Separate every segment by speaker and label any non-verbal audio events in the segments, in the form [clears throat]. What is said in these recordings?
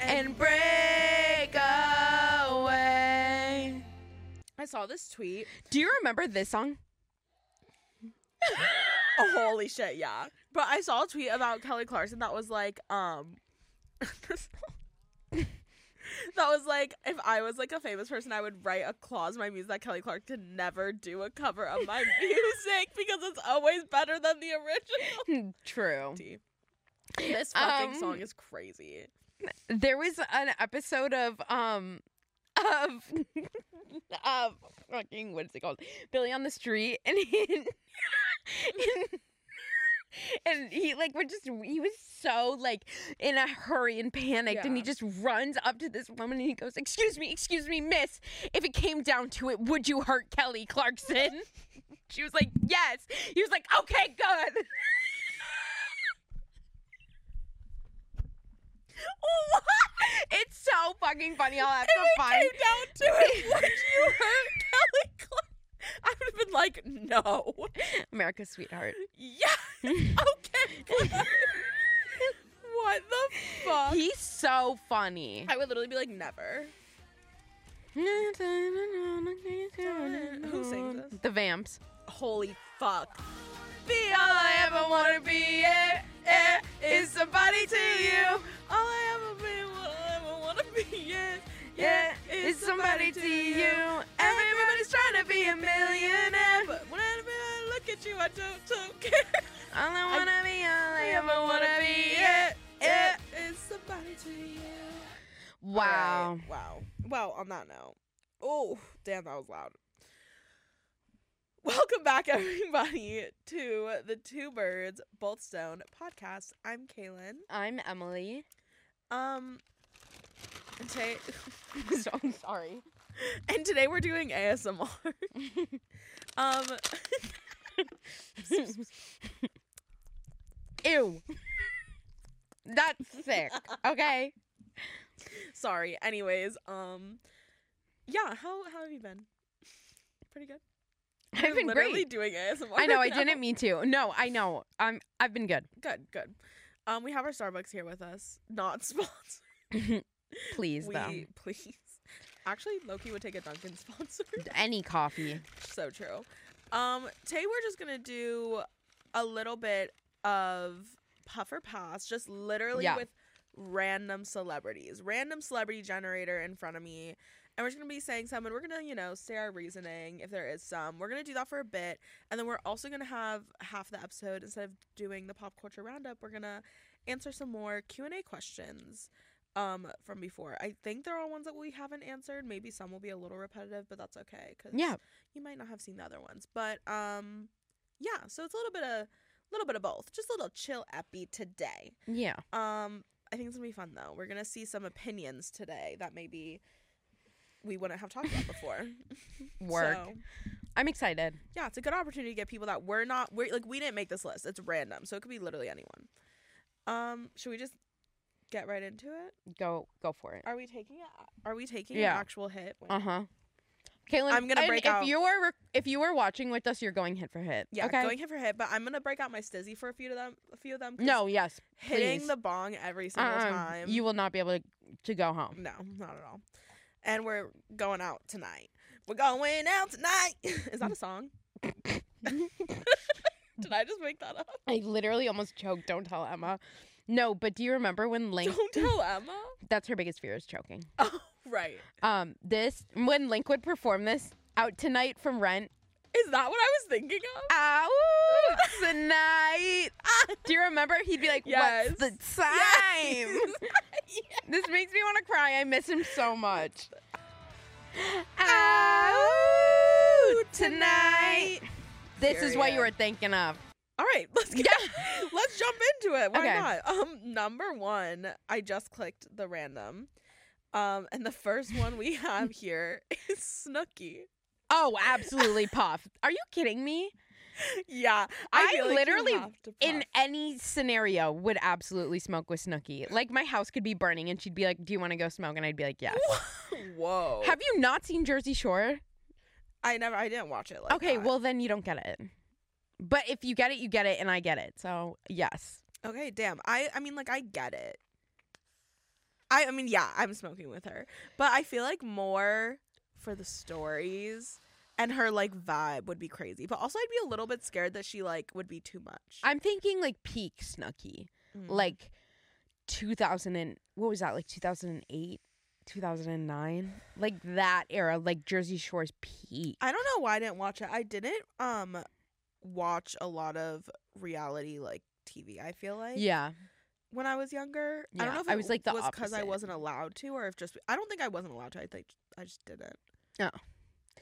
Speaker 1: and break away.
Speaker 2: I saw this tweet.
Speaker 1: Do you remember this
Speaker 2: [laughs]
Speaker 1: song?
Speaker 2: Oh, holy shit, yeah. But I saw a tweet about Kelly Clarkson that was like, um, [laughs] that was like, if I was like a famous person, I would write a clause in my music that Kelly Clark could never do a cover
Speaker 1: [laughs]
Speaker 2: of my music because it's always better than the original.
Speaker 1: Hmm, True.
Speaker 2: This fucking
Speaker 1: Um,
Speaker 2: song is crazy.
Speaker 1: There was an episode of um [laughs] of of fucking what is it called? Billy on the Street [laughs] and he and, and he like would just he was so like in a hurry and panicked and he
Speaker 2: Yeah.
Speaker 1: just runs up to this woman and he goes, "Excuse me, excuse me, miss. If it came down to it, would you hurt Kelly Clarkson?" she was like, "Yes." He was like, "Okay, good." [laughs] What? It's so fucking funny. I'll have to
Speaker 2: If it
Speaker 1: find.
Speaker 2: came down to it, would you hurt Kelly Clark? I would have been like, no.
Speaker 1: America's sweetheart. [laughs]
Speaker 2: Yes. Okay. Blair. what the fuck?
Speaker 1: He's so funny.
Speaker 2: I would literally be like, never.
Speaker 1: [laughs] Who
Speaker 2: sings this?
Speaker 1: The Vamps.
Speaker 2: Holy fuck.
Speaker 1: Be all I ever wanna be eh, eh, is somebody to you.
Speaker 2: All I ever been, what I ever want to be, yeah.
Speaker 1: Yeah, is somebody to you. Everybody's trying to be a millionaire.
Speaker 2: But when I when I look at you, I don't, don't care.
Speaker 1: All I wanna be, all I ever wanna be. eh, eh.
Speaker 2: yeah. Yeah. It's somebody to you.
Speaker 1: Wow.
Speaker 2: Alright, Wow. Well, on that note. Oh, damn, that was loud. [laughs] Welcome back, [laughs] everybody, to the Two Birds Both Stone podcast. I'm Kaylin.
Speaker 1: I'm [laughs]
Speaker 2: [laughs]
Speaker 1: Emily.
Speaker 2: Um, and today, [laughs]
Speaker 1: so I'm sorry.
Speaker 2: and today we're doing ASMR. [laughs] um,
Speaker 1: [laughs] Ew. That's sick.
Speaker 2: [laughs]
Speaker 1: Okay.
Speaker 2: sorry. Anyways, um, yeah. How how have you been? Pretty good.
Speaker 1: I've
Speaker 2: We're
Speaker 1: been
Speaker 2: literally
Speaker 1: great.
Speaker 2: doing ASMR.
Speaker 1: I know. I
Speaker 2: right now.
Speaker 1: didn't mean to. No, I know. I'm. I've been good.
Speaker 2: Good, good. Um, we have our Starbucks here with us. Not [laughs] sponsored.
Speaker 1: Please,
Speaker 2: we,
Speaker 1: though.
Speaker 2: Please. [laughs] Actually, Loki would take a Dunkin' sponsor.
Speaker 1: Any coffee.
Speaker 2: so true. Um, today we're just gonna do a little bit of puffer pass, just literally
Speaker 1: Yeah.
Speaker 2: with random celebrities, random celebrity generator in front of me. And we're just gonna be saying some, and we're gonna, you know, say our reasoning if there is some. We're gonna do that for a bit, and then we're also gonna have half the episode instead of doing the pop culture roundup. We're gonna answer some more Q and A questions um from before. I think there are ones that we haven't answered. Maybe some will be a little repetitive, but that's okay because
Speaker 1: Yeah.
Speaker 2: you might not have seen the other ones, but um, yeah. So it's a little bit of little bit of both, just a little chill epi today.
Speaker 1: Yeah.
Speaker 2: Um, I think it's gonna be fun though. We're gonna see some opinions today that maybe we wouldn't have talked about before.
Speaker 1: [laughs] Work.
Speaker 2: So,
Speaker 1: I'm excited.
Speaker 2: yeah, it's a good opportunity to get people that we're not we're like we didn't make this list. It's random, so it could be literally anyone. Um, should we just get right into it?
Speaker 1: Go. Go for it.
Speaker 2: Are we taking a, Are we taking
Speaker 1: Yeah.
Speaker 2: an actual hit? Wait.
Speaker 1: Uh huh. Caitlin,
Speaker 2: I'm gonna
Speaker 1: and
Speaker 2: break
Speaker 1: if
Speaker 2: out.
Speaker 1: you are if you were watching with us, you're going hit for hit.
Speaker 2: yeah,
Speaker 1: Okay.
Speaker 2: going hit for hit, but I'm gonna break out my stizzy for a few of them. A few of them. 'cause
Speaker 1: no. Yes.
Speaker 2: hitting
Speaker 1: please.
Speaker 2: the bong every single
Speaker 1: Uh-uh.
Speaker 2: time.
Speaker 1: You will not be able to, to go home.
Speaker 2: no, not at all. And we're going out tonight. We're going out tonight. [laughs] Is that
Speaker 1: [laughs]
Speaker 2: a song? Did I just make that up?
Speaker 1: [laughs] I literally almost choked. Don't tell Emma. No, but do you remember when Link?
Speaker 2: Don't tell Emma.
Speaker 1: That's her biggest fear is choking.
Speaker 2: [laughs] Oh, right.
Speaker 1: Um, this when Link would perform this out tonight from Rent.
Speaker 2: Is that what I was thinking of?
Speaker 1: Out
Speaker 2: [laughs]
Speaker 1: tonight. Do you remember? He'd be like,
Speaker 2: Yes.
Speaker 1: "What's the time?"
Speaker 2: [laughs]
Speaker 1: This makes me want to cry. I miss him so much. Out tonight. This is what you were
Speaker 2: Period.
Speaker 1: thinking of.
Speaker 2: All right, [laughs] let's get,
Speaker 1: Yeah.
Speaker 2: let's jump into it. Why
Speaker 1: Okay.
Speaker 2: not? Um, number one, I just clicked the random, um, and the first one
Speaker 1: [laughs]
Speaker 2: we have here is Snooki.
Speaker 1: Oh, absolutely, Puff. Are you kidding me?
Speaker 2: Yeah,
Speaker 1: I
Speaker 2: feel like you
Speaker 1: literally
Speaker 2: have to
Speaker 1: in
Speaker 2: puff.
Speaker 1: any scenario would absolutely smoke with Snooki. Like my house could be burning and she'd be like, "Do you want to go smoke?" and I'd be like, "Yes."
Speaker 2: [laughs] Whoa.
Speaker 1: Have you not seen Jersey Shore?
Speaker 2: I never I didn't watch it like
Speaker 1: okay,
Speaker 2: that.
Speaker 1: well then you don't get it. But if you get it, you get it and I get it. So, yes.
Speaker 2: Okay, damn. I I mean like I get it. I, I mean, yeah, I'm smoking with her, but I feel like more for the stories and her like vibe would be crazy. But also, I'd be a little bit scared that she like would be too much.
Speaker 1: I'm thinking like peak Snooki,
Speaker 2: Mm.
Speaker 1: like 2000 and what was that? Like 2008, 2009, like that era, like Jersey Shore's peak.
Speaker 2: I don't know why I didn't watch it. I didn't um watch a lot of reality like TV. I feel like
Speaker 1: yeah,
Speaker 2: when I was younger, I
Speaker 1: Yeah,
Speaker 2: don't know if
Speaker 1: I
Speaker 2: it
Speaker 1: was, like, the
Speaker 2: was because I
Speaker 1: opposite.
Speaker 2: wasn't allowed to, or if just I don't think I wasn't allowed to. I think I just didn't.
Speaker 1: Oh.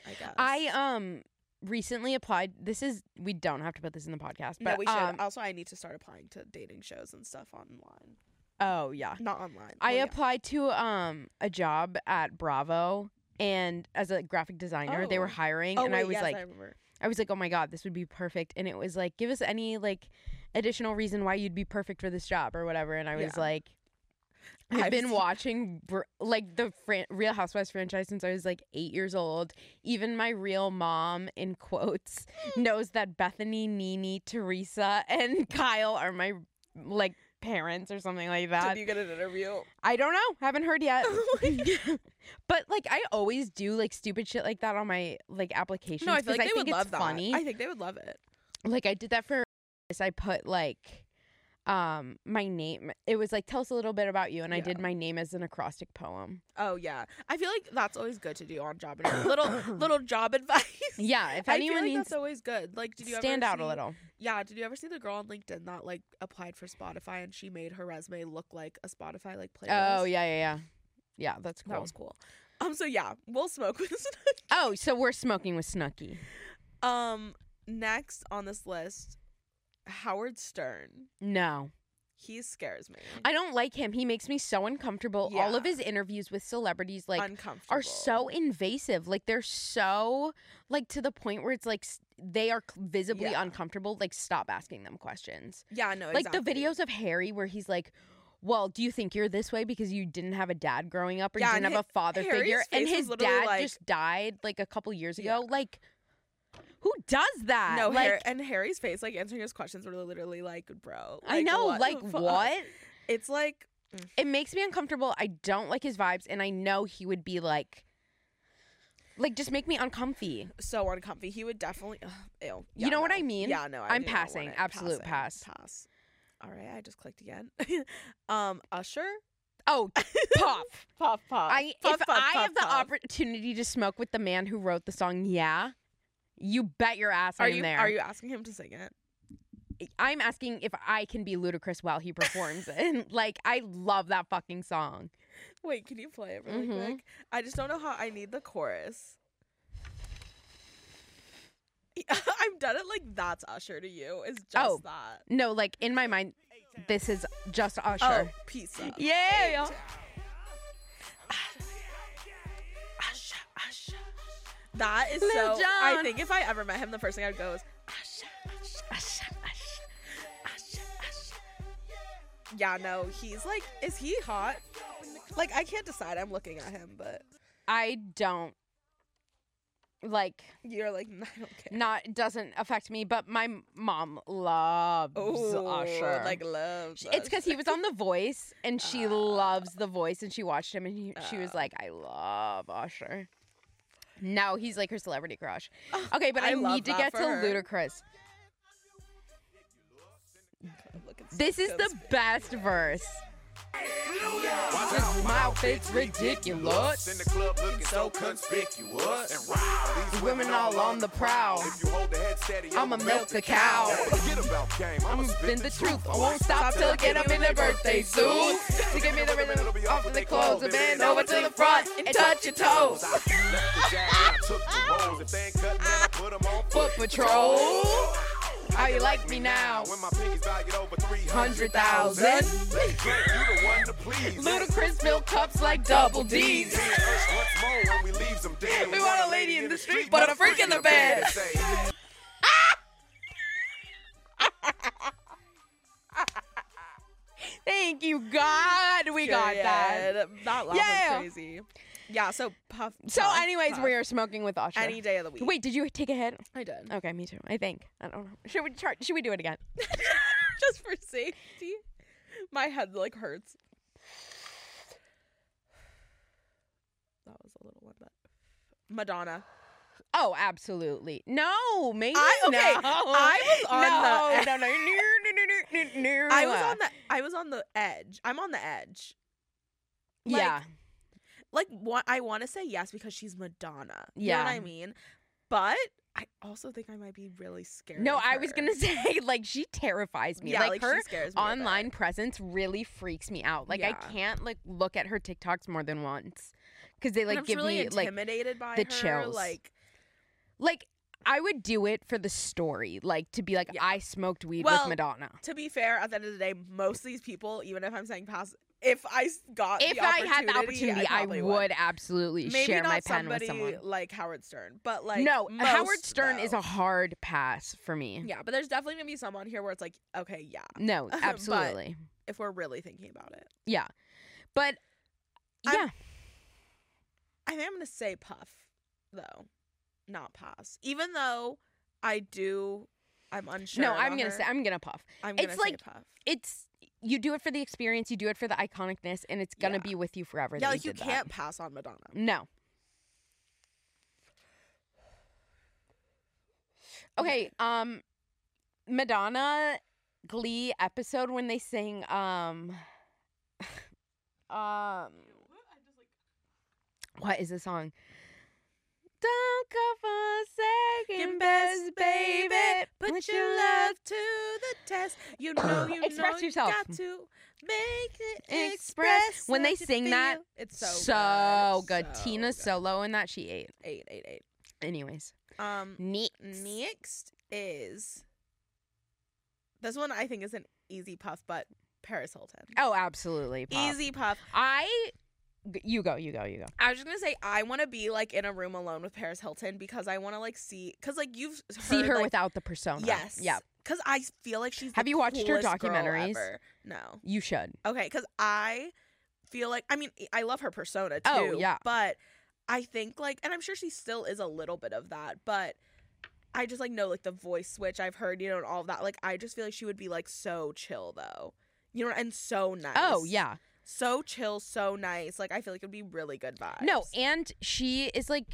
Speaker 2: I guess
Speaker 1: I um recently applied. This is we don't have to put this in the podcast,
Speaker 2: No,
Speaker 1: but
Speaker 2: we should.
Speaker 1: um,
Speaker 2: also, I need to start applying to dating shows and stuff online.
Speaker 1: oh yeah,
Speaker 2: Not online.
Speaker 1: I
Speaker 2: well, yeah.
Speaker 1: applied to um a job at Bravo and as a graphic designer they were
Speaker 2: Oh.
Speaker 1: hiring
Speaker 2: Oh,
Speaker 1: and I
Speaker 2: wait,
Speaker 1: was
Speaker 2: yes,
Speaker 1: like
Speaker 2: I remember.
Speaker 1: I was like oh my god this would be perfect and it was like give us any like additional reason why you'd be perfect for this job or whatever and I was
Speaker 2: Yeah.
Speaker 1: like
Speaker 2: I've
Speaker 1: I've been
Speaker 2: seen-
Speaker 1: watching br- like the fran- Real Housewives franchise since I was like 8 years old. Even my real mom in
Speaker 2: [laughs]
Speaker 1: quotes knows that Bethany, Nene, Teresa and [laughs] Kyle are my like parents or something like that.
Speaker 2: Did you get an interview?
Speaker 1: I don't know. Haven't heard [laughs] yet.
Speaker 2: Oh
Speaker 1: but like I always do like stupid shit like that on my like applications.
Speaker 2: No, I feel
Speaker 1: 'cause
Speaker 2: like they
Speaker 1: think
Speaker 2: would
Speaker 1: it's
Speaker 2: love that.
Speaker 1: funny.
Speaker 2: I think they would love it.
Speaker 1: like I did that for this. I put like um my name. It was like tell us a little bit about you and I
Speaker 2: Yeah.
Speaker 1: did my name as an acrostic poem.
Speaker 2: Oh yeah, I feel like that's always good to do on job
Speaker 1: [coughs]
Speaker 2: interview. little little job advice.
Speaker 1: Yeah, if
Speaker 2: I
Speaker 1: anyone
Speaker 2: feel like
Speaker 1: needs
Speaker 2: that's always good. Like, did you
Speaker 1: stand
Speaker 2: ever
Speaker 1: out
Speaker 2: see-
Speaker 1: a little.
Speaker 2: Yeah, did you ever see the girl on LinkedIn that like applied for Spotify and she made her resume look like a Spotify like playlist?
Speaker 1: Oh yeah, yeah, yeah. Yeah, that's cool.
Speaker 2: that was cool. Um, so yeah, we'll smoke with. this. [laughs]
Speaker 1: oh, so we're smoking with Snooky.
Speaker 2: um, next on this list, Howard Stern.
Speaker 1: No.
Speaker 2: He scares me.
Speaker 1: I don't like him. He makes me so uncomfortable. All of
Speaker 2: Yeah.
Speaker 1: his interviews with celebrities like
Speaker 2: Uncomfortable.
Speaker 1: are so invasive. Like they're so like to the point where it's like s- they are c- visibly
Speaker 2: Yeah.
Speaker 1: uncomfortable. Like stop asking them questions.
Speaker 2: yeah no
Speaker 1: Like the
Speaker 2: exactly.
Speaker 1: videos of Harry where he's like, "Well, do you think you're this way because you didn't have a dad growing up or
Speaker 2: Yeah,
Speaker 1: you
Speaker 2: and
Speaker 1: didn't have a father
Speaker 2: Harry's
Speaker 1: figure?" And
Speaker 2: face was
Speaker 1: his
Speaker 2: literally
Speaker 1: dad
Speaker 2: like-
Speaker 1: just died like a couple years
Speaker 2: Yeah.
Speaker 1: ago. Like, who does that?
Speaker 2: No,
Speaker 1: like
Speaker 2: Har- and Harry's face, like answering his questions, were literally like, "Bro,
Speaker 1: I know,
Speaker 2: what the
Speaker 1: like
Speaker 2: fuck?
Speaker 1: what?
Speaker 2: It's like
Speaker 1: It makes me uncomfortable. I don't like his vibes, and I know he would be like, like just make me uncomfy.
Speaker 2: so uncomfy. He would definitely, ugh, ew.
Speaker 1: You
Speaker 2: Yeah,
Speaker 1: know what
Speaker 2: no.
Speaker 1: I mean?
Speaker 2: Yeah, no, I
Speaker 1: I'm
Speaker 2: do not want
Speaker 1: passing.
Speaker 2: it.
Speaker 1: Absolute
Speaker 2: Passing.
Speaker 1: pass.
Speaker 2: Pass. All right, I just clicked again. [laughs] um, Usher, [laughs]
Speaker 1: Oh, pop.
Speaker 2: pop, pop.
Speaker 1: I
Speaker 2: Puff,
Speaker 1: if
Speaker 2: puff,
Speaker 1: I
Speaker 2: puff,
Speaker 1: have the
Speaker 2: puff.
Speaker 1: opportunity to smoke with the man who wrote the song Yeah, you bet your ass
Speaker 2: are
Speaker 1: I'm
Speaker 2: you
Speaker 1: there.
Speaker 2: are you asking him to sing it?
Speaker 1: I'm asking if I can be ludicrous while he performs and [laughs] like I love that fucking song.
Speaker 2: Wait, can you play it really
Speaker 1: Mhm.
Speaker 2: quick? I just don't know how. I need the chorus. [laughs] I'm done at like that's Usher to you. It's just
Speaker 1: Oh.
Speaker 2: that.
Speaker 1: No, like in my mind this is just Usher.
Speaker 2: Oh, pizza.
Speaker 1: Yeah.
Speaker 2: Usher, Usher. That is
Speaker 1: Lil
Speaker 2: so. I
Speaker 1: Jon.
Speaker 2: think if I ever met him, the first thing I'd go is Usher, Usher,
Speaker 1: Usher, Usher.
Speaker 2: Usher, Usher. Yeah, no, he's like, is he hot? Like, I can't decide. I'm looking at him, but
Speaker 1: I don't like
Speaker 2: you're like, [laughs] "Nah, I don't care.
Speaker 1: not doesn't affect me, but my mom loves
Speaker 2: Oh,
Speaker 1: Usher.
Speaker 2: like love.
Speaker 1: She- It's because he was on The Voice, and she
Speaker 2: Ah.
Speaker 1: loves The Voice, and she watched him, and he, she was
Speaker 2: Oh.
Speaker 1: like, "I love Usher." Now he's like her celebrity crush. Okay, but I,
Speaker 2: Ah, I love
Speaker 1: need to
Speaker 2: that
Speaker 1: get
Speaker 2: for
Speaker 1: to
Speaker 2: her.
Speaker 1: Ludacris. This is the best verse. This mouth fits
Speaker 3: In the
Speaker 1: ridiculous.
Speaker 3: club looking so conspicuous. And wow, these women all on the prowl. If you hold the head steady,
Speaker 1: I'ma
Speaker 3: I'ma
Speaker 1: milk the cow.
Speaker 3: Now Forget about game. I'ma
Speaker 1: I'ma
Speaker 3: spin the truth. I
Speaker 1: won't stop till I get them in their birthday suit. To get me the rhythm off of their clothes, and bend over to the front and touch your toes.
Speaker 3: Left the jack and I took the rolls. If they ain't cut, man, I put 'em on
Speaker 1: Foot
Speaker 3: foot.
Speaker 1: patrol. How you like me now?
Speaker 3: When my pinkies valued over
Speaker 1: 100,000.
Speaker 3: 300,000. Let's drink, you the one to please.
Speaker 1: Ludacris filled cups like double D's.
Speaker 3: Seeing us once more when we leave them dead.
Speaker 1: We want a lady in the street, but a freak in the bed.
Speaker 3: Say,
Speaker 1: Thank you, God, we got that.
Speaker 2: That laugh
Speaker 1: Yeah.
Speaker 2: was crazy. Yeah, so puff.
Speaker 1: So,
Speaker 2: puff,
Speaker 1: anyways,
Speaker 2: puff.
Speaker 1: we are smoking with Usher.
Speaker 2: any day of the week.
Speaker 1: Wait, did you take a hit?
Speaker 2: I did. [laughs]
Speaker 1: Okay, me too. I think. I don't know. Should we try? Should we do it again?
Speaker 2: Just for safety. My head like hurts. the little one, but Madonna.
Speaker 1: Oh, absolutely. No, maybe
Speaker 2: I okay.
Speaker 1: no.
Speaker 2: I was
Speaker 1: [laughs]
Speaker 2: on
Speaker 1: no, no,
Speaker 2: the.
Speaker 1: no, no, no,
Speaker 2: [laughs]
Speaker 1: no, no, no.
Speaker 2: I was on the. I was on the edge. I'm on the edge. like,
Speaker 1: yeah,
Speaker 2: Like what I want to say yes because she's Madonna. You know
Speaker 1: Yeah.
Speaker 2: what I mean. But I also think I might be really scared.
Speaker 1: no,
Speaker 2: of
Speaker 1: I was
Speaker 2: her.
Speaker 1: gonna [laughs] say like she terrifies me.
Speaker 2: Yeah,
Speaker 1: like, her
Speaker 2: she scares me a bit.
Speaker 1: online presence really freaks me out. Like I
Speaker 2: Yeah.
Speaker 1: can't like look at her TikToks more than once because they
Speaker 2: And
Speaker 1: like
Speaker 2: I was
Speaker 1: give
Speaker 2: really
Speaker 1: me like
Speaker 2: intimidated by
Speaker 1: the
Speaker 2: her,
Speaker 1: chills.
Speaker 2: Like
Speaker 1: like I would do it for the story, like to be like
Speaker 2: Yeah.
Speaker 1: I smoked weed
Speaker 2: Well,
Speaker 1: with Madonna.
Speaker 2: to be fair, at the end of the day, most of these people, even if I'm saying pass, if I s- got
Speaker 1: If
Speaker 2: uh, the
Speaker 1: I had the
Speaker 2: opportunity,
Speaker 1: opportunity, I,
Speaker 2: probably
Speaker 1: would, absolutely
Speaker 2: Maybe
Speaker 1: share
Speaker 2: not
Speaker 1: my pen
Speaker 2: somebody
Speaker 1: with someone.
Speaker 2: like Howard Stern, but like
Speaker 1: no, Howard
Speaker 2: most,
Speaker 1: Stern is
Speaker 2: though.
Speaker 1: a hard pass for me.
Speaker 2: yeah, but there's definitely gonna be someone here where it's like, okay, yeah,
Speaker 1: No,
Speaker 2: [laughs] But-
Speaker 1: absolutely.
Speaker 2: if we're really thinking about it,
Speaker 1: yeah. But
Speaker 2: I'm-
Speaker 1: yeah,
Speaker 2: I think I'm gonna say Puff though, not pass. Even though I do, I'm unsure.
Speaker 1: no, I'm
Speaker 2: about
Speaker 1: gonna
Speaker 2: her,
Speaker 1: say I'm gonna puff.
Speaker 2: I'm
Speaker 1: it's
Speaker 2: gonna say
Speaker 1: like-
Speaker 2: Puff.
Speaker 1: It's you do it for the experience, you do it for the iconicness, and it's gonna
Speaker 2: Yeah.
Speaker 1: be with you forever.
Speaker 2: Yeah,
Speaker 1: that
Speaker 2: like you
Speaker 1: did that.
Speaker 2: can't pass on Madonna.
Speaker 1: No. Okay, um Madonna Glee episode when they sing um um What is the song? Don't go for second best, baby.
Speaker 2: Put your love to the test.
Speaker 1: [coughs]
Speaker 2: You know you
Speaker 1: Express
Speaker 2: know
Speaker 1: yourself.
Speaker 2: you got to make it
Speaker 1: Express.
Speaker 2: express.
Speaker 1: When they
Speaker 2: what you
Speaker 1: sing that,
Speaker 2: feel. it's
Speaker 1: so,
Speaker 2: so
Speaker 1: good. Tina
Speaker 2: good.
Speaker 1: solo in that she ate.
Speaker 2: eight eight eight.
Speaker 1: Anyways,
Speaker 2: Um,
Speaker 1: neat.
Speaker 2: next is this one. I think is an easy puff, but Paris Hilton.
Speaker 1: Oh, absolutely. Pop.
Speaker 2: Easy puff.
Speaker 1: I you go, you go, you go.
Speaker 2: I was just gonna say I want to be like in a room alone with Paris Hilton because I want to like see because like you've heard,
Speaker 1: see her
Speaker 2: like,
Speaker 1: without the persona.
Speaker 2: Yes.
Speaker 1: Yeah.
Speaker 2: Because I feel like she's. the
Speaker 1: Have you watched her
Speaker 2: coolest girl
Speaker 1: documentaries?
Speaker 2: ever. No.
Speaker 1: You should.
Speaker 2: Okay. Because I feel like I mean e, I love her persona too.
Speaker 1: Oh, yeah.
Speaker 2: But I think like, and I'm sure she still is a little bit of that, but. I just like know like the voice switch I've heard, you know, and all of that. Like I just feel like she would be like so chill though. You know, and so nice.
Speaker 1: Oh yeah.
Speaker 2: So chill, so nice. Like I feel like it'd be really good vibes.
Speaker 1: No, and she is like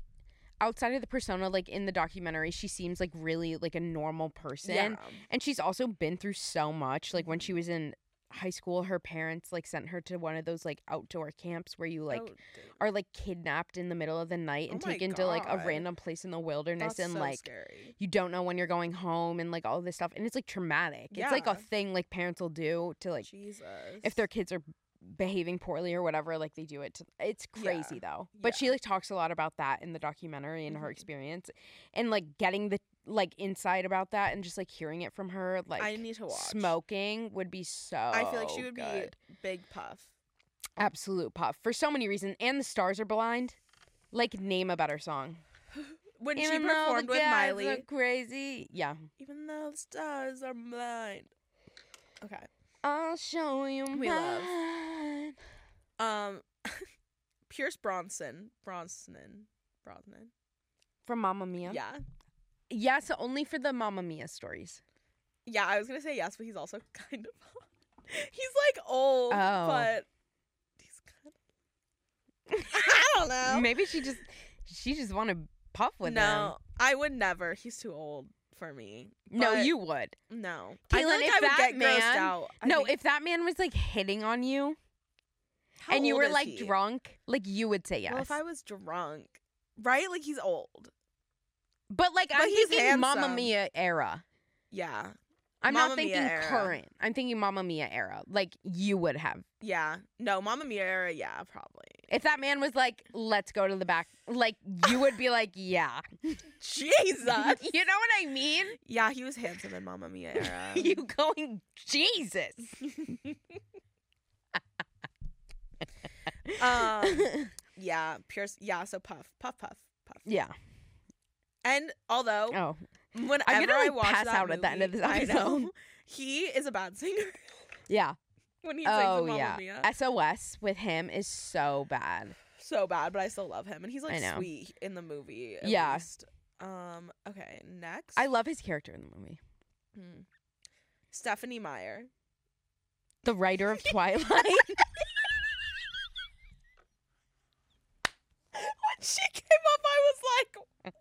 Speaker 1: outside of the persona like in the documentary she seems like really like a normal person
Speaker 2: yeah.
Speaker 1: and she's also been through so much like when she was in high school her parents like sent her to one of those like outdoor camps where you like
Speaker 2: Oh, dude.
Speaker 1: are like kidnapped in the middle of the night
Speaker 2: Oh
Speaker 1: and
Speaker 2: my
Speaker 1: taken to like a
Speaker 2: God.
Speaker 1: random place in the wilderness
Speaker 2: That's
Speaker 1: and
Speaker 2: so
Speaker 1: like
Speaker 2: scary.
Speaker 1: you don't know when you're going home and like all this stuff and it's like traumatic it's like
Speaker 2: Yeah.
Speaker 1: a thing like parents will do to like
Speaker 2: Jesus.
Speaker 1: if their kids are behaving poorly or whatever like they do it to it's
Speaker 2: Yeah.
Speaker 1: crazy though but she
Speaker 2: Yeah.
Speaker 1: like talks a lot about that in the documentary and her
Speaker 2: Mhm.
Speaker 1: experience and like getting the like insight about that and just like hearing it from her like
Speaker 2: I need to watch.
Speaker 1: smoking would be so
Speaker 2: I feel like she would
Speaker 1: good.
Speaker 2: be big puff.
Speaker 1: absolute pop for so many reasons and the stars are blind like name a better song
Speaker 2: When
Speaker 1: Even
Speaker 2: she
Speaker 1: though the
Speaker 2: performed with
Speaker 1: guys
Speaker 2: Miley,
Speaker 1: are crazy yeah
Speaker 2: even though the stars are blind. Okay.
Speaker 1: i'll show you
Speaker 2: We love.
Speaker 1: mine.
Speaker 2: Um, [laughs] Pierce Bronson, Bronson, Brosnan.
Speaker 1: from mamma mia
Speaker 2: Yeah. yeah.
Speaker 1: yes only for the mamma mia stories
Speaker 2: I was gonna say yes, but he's also [laughs] kind of. old. he's like old,
Speaker 1: Oh.
Speaker 2: but he's kind of. I don't know.
Speaker 1: Maybe she just she just want to puff with
Speaker 2: Oh. no,
Speaker 1: them.
Speaker 2: I would never. He's too old for me.
Speaker 1: No,
Speaker 2: But
Speaker 1: you would.
Speaker 2: No.
Speaker 1: Caitlin,
Speaker 2: I feel like
Speaker 1: if
Speaker 2: I would
Speaker 1: that
Speaker 2: get grossed
Speaker 1: man-
Speaker 2: out. I
Speaker 1: no,
Speaker 2: think-
Speaker 1: if that man was like hitting on you
Speaker 2: How
Speaker 1: and you
Speaker 2: old
Speaker 1: were
Speaker 2: is
Speaker 1: like
Speaker 2: he?
Speaker 1: drunk, like you would say yes.
Speaker 2: Well, if I was drunk, right? Like he's old.
Speaker 1: but like
Speaker 2: But
Speaker 1: I'm
Speaker 2: he's
Speaker 1: thinking Mamma
Speaker 2: handsome.
Speaker 1: Mia era.
Speaker 2: Yeah.
Speaker 1: I'm
Speaker 2: Mamma
Speaker 1: not
Speaker 2: Mia
Speaker 1: thinking
Speaker 2: era.
Speaker 1: current. I'm thinking Mamma Mia era. Like you would have.
Speaker 2: Yeah. No, Mama Mia era, yeah, probably.
Speaker 1: If that man was like, let's go to the back, like you would be like,
Speaker 2: [laughs]
Speaker 1: yeah. [laughs] you know
Speaker 2: Jesus.
Speaker 1: what I mean?
Speaker 2: yeah, he was handsome in
Speaker 1: [laughs]
Speaker 2: Mama Mia era.
Speaker 1: you going, Jesus. [laughs]
Speaker 2: um, yeah, Pierce. Yeah, so Puff, Puff, Puff, Puff.
Speaker 1: yeah.
Speaker 2: And although
Speaker 1: Oh.
Speaker 2: whenever
Speaker 1: I'm gonna,
Speaker 2: I
Speaker 1: like,
Speaker 2: watch
Speaker 1: pass
Speaker 2: that
Speaker 1: out at the end of
Speaker 2: movie-
Speaker 1: this
Speaker 2: I know.
Speaker 1: episode. [laughs]
Speaker 2: he is a bad singer [laughs]
Speaker 1: Yeah.
Speaker 2: when he
Speaker 1: Oh,
Speaker 2: sings in Mamma
Speaker 1: yeah.
Speaker 2: Mia.
Speaker 1: SOS with him is so bad.
Speaker 2: so bad, but I still love him, and he's
Speaker 1: I
Speaker 2: like
Speaker 1: know.
Speaker 2: sweet in the movie. At
Speaker 1: Yeah.
Speaker 2: least. Um. Okay. Next,
Speaker 1: I love his character in the movie.
Speaker 2: Hmm. Stephanie Meyer.
Speaker 1: The writer of Twilight.
Speaker 2: What she came up, I was like,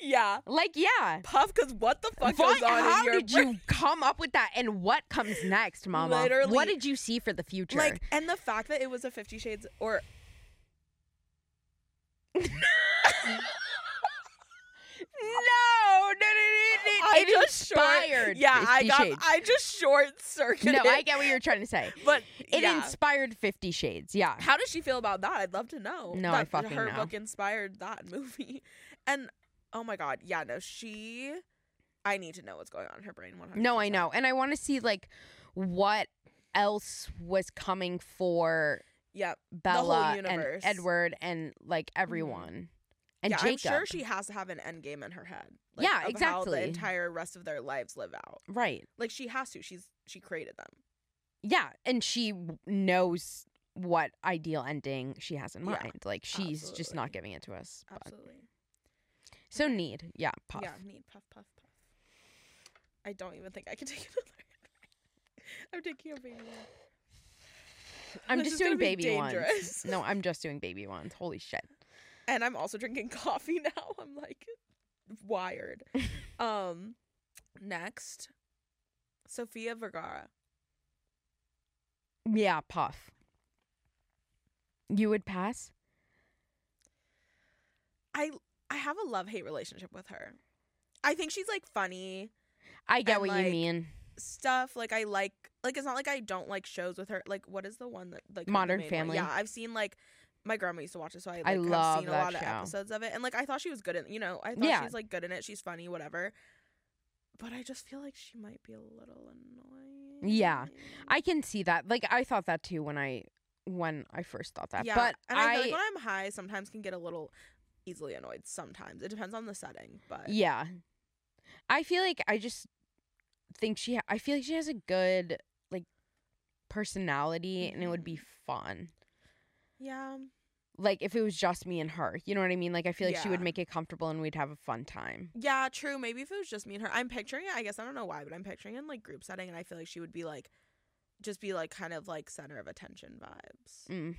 Speaker 2: yeah.
Speaker 1: [laughs] like, yeah.
Speaker 2: Puff, because what the fuck
Speaker 1: What-
Speaker 2: goes on
Speaker 1: how
Speaker 2: in your
Speaker 1: did you come up with that? And what comes next, Mama?
Speaker 2: Literally.
Speaker 1: What did you see for the future?
Speaker 2: Like, and the fact that it was a Fifty Shades or
Speaker 1: no, no, no, no, no.
Speaker 2: I
Speaker 1: it
Speaker 2: just short-
Speaker 1: inspired.
Speaker 2: yeah, I
Speaker 1: Fifty
Speaker 2: got,
Speaker 1: Shades.
Speaker 2: I just short circuited.
Speaker 1: no, [laughs] I get what you're trying to say.
Speaker 2: [laughs] But
Speaker 1: It
Speaker 2: yeah.
Speaker 1: inspired Fifty Shades. Yeah.
Speaker 2: How does she feel about that? I'd love to know.
Speaker 1: No,
Speaker 2: that
Speaker 1: I fucking
Speaker 2: her
Speaker 1: know.
Speaker 2: book inspired that movie, [laughs] and oh my god, yeah, no, she. I need to know what's going on in her brain. One hundred.
Speaker 1: No, I know. And I want to see like what else was coming for
Speaker 2: Yep. whole
Speaker 1: Bella and
Speaker 2: universe. Mm-hmm.
Speaker 1: Edward and like everyone. And
Speaker 2: yeah,
Speaker 1: Jacob.
Speaker 2: I'm sure she has to have an end game in her head.
Speaker 1: Yeah,
Speaker 2: of How
Speaker 1: exactly.
Speaker 2: the entire rest of their lives live out.
Speaker 1: right.
Speaker 2: Like she has to. She's she created them.
Speaker 1: Yeah, and she w- knows what ideal ending she has in
Speaker 2: Yeah,
Speaker 1: mind. like she's just not
Speaker 2: absolutely.
Speaker 1: giving it to us. but-
Speaker 2: Absolutely.
Speaker 1: So need. Yeah, puff.
Speaker 2: [laughs] Yeah. Need puff puff puff. I don't even think I can take [laughs] another. I'm taking a baby. one.
Speaker 1: I'm
Speaker 2: This
Speaker 1: just
Speaker 2: is gonna
Speaker 1: doing
Speaker 2: be
Speaker 1: baby ones.
Speaker 2: dangerous.
Speaker 1: No, I'm just doing baby ones. Holy shit.
Speaker 2: [laughs] and I'm also drinking coffee [laughs] now. I'm like
Speaker 1: [laughs]
Speaker 2: wired. um next Sophia Vergara.
Speaker 1: Yeah, puff. You would pass?
Speaker 2: I I have a love-hate relationship with her. I think she's like funny
Speaker 1: I get
Speaker 2: And,
Speaker 1: what you
Speaker 2: like,
Speaker 1: mean.
Speaker 2: stuff. Like I like like it's not like I don't like shows with her. Like what is the one that like her
Speaker 1: Modern
Speaker 2: main one?
Speaker 1: Family.
Speaker 2: Yeah, I've seen like my grandma used to watch it, so I like
Speaker 1: I
Speaker 2: have
Speaker 1: love
Speaker 2: seen a
Speaker 1: that
Speaker 2: lot
Speaker 1: show.
Speaker 2: of episodes of it. And like I thought she was good in you know, I thought
Speaker 1: Yeah.
Speaker 2: she's like good in it, she's funny, whatever. But I just feel like she might be a little annoying.
Speaker 1: Yeah. I can see that. Like I thought that too when I when I first thought that. but
Speaker 2: and I, feel
Speaker 1: I
Speaker 2: like when I'm high, sometimes can get a little easily annoyed. Sometimes it depends on the setting, but
Speaker 1: Yeah. I feel like I just think she ha- I feel like she has a good like personality and it would be
Speaker 2: Mm-hmm.
Speaker 1: fun.
Speaker 2: yeah,
Speaker 1: Like if it was just me and her, you know what I mean? Like I feel like she would
Speaker 2: Yeah.
Speaker 1: make it comfortable and we'd have a fun time.
Speaker 2: yeah, true. Maybe if it was just me and her, I'm picturing it. I guess I don't know why, but I'm picturing it in like group setting, and I feel like she would be like, just be like kind of like center of attention vibes.
Speaker 1: Mm.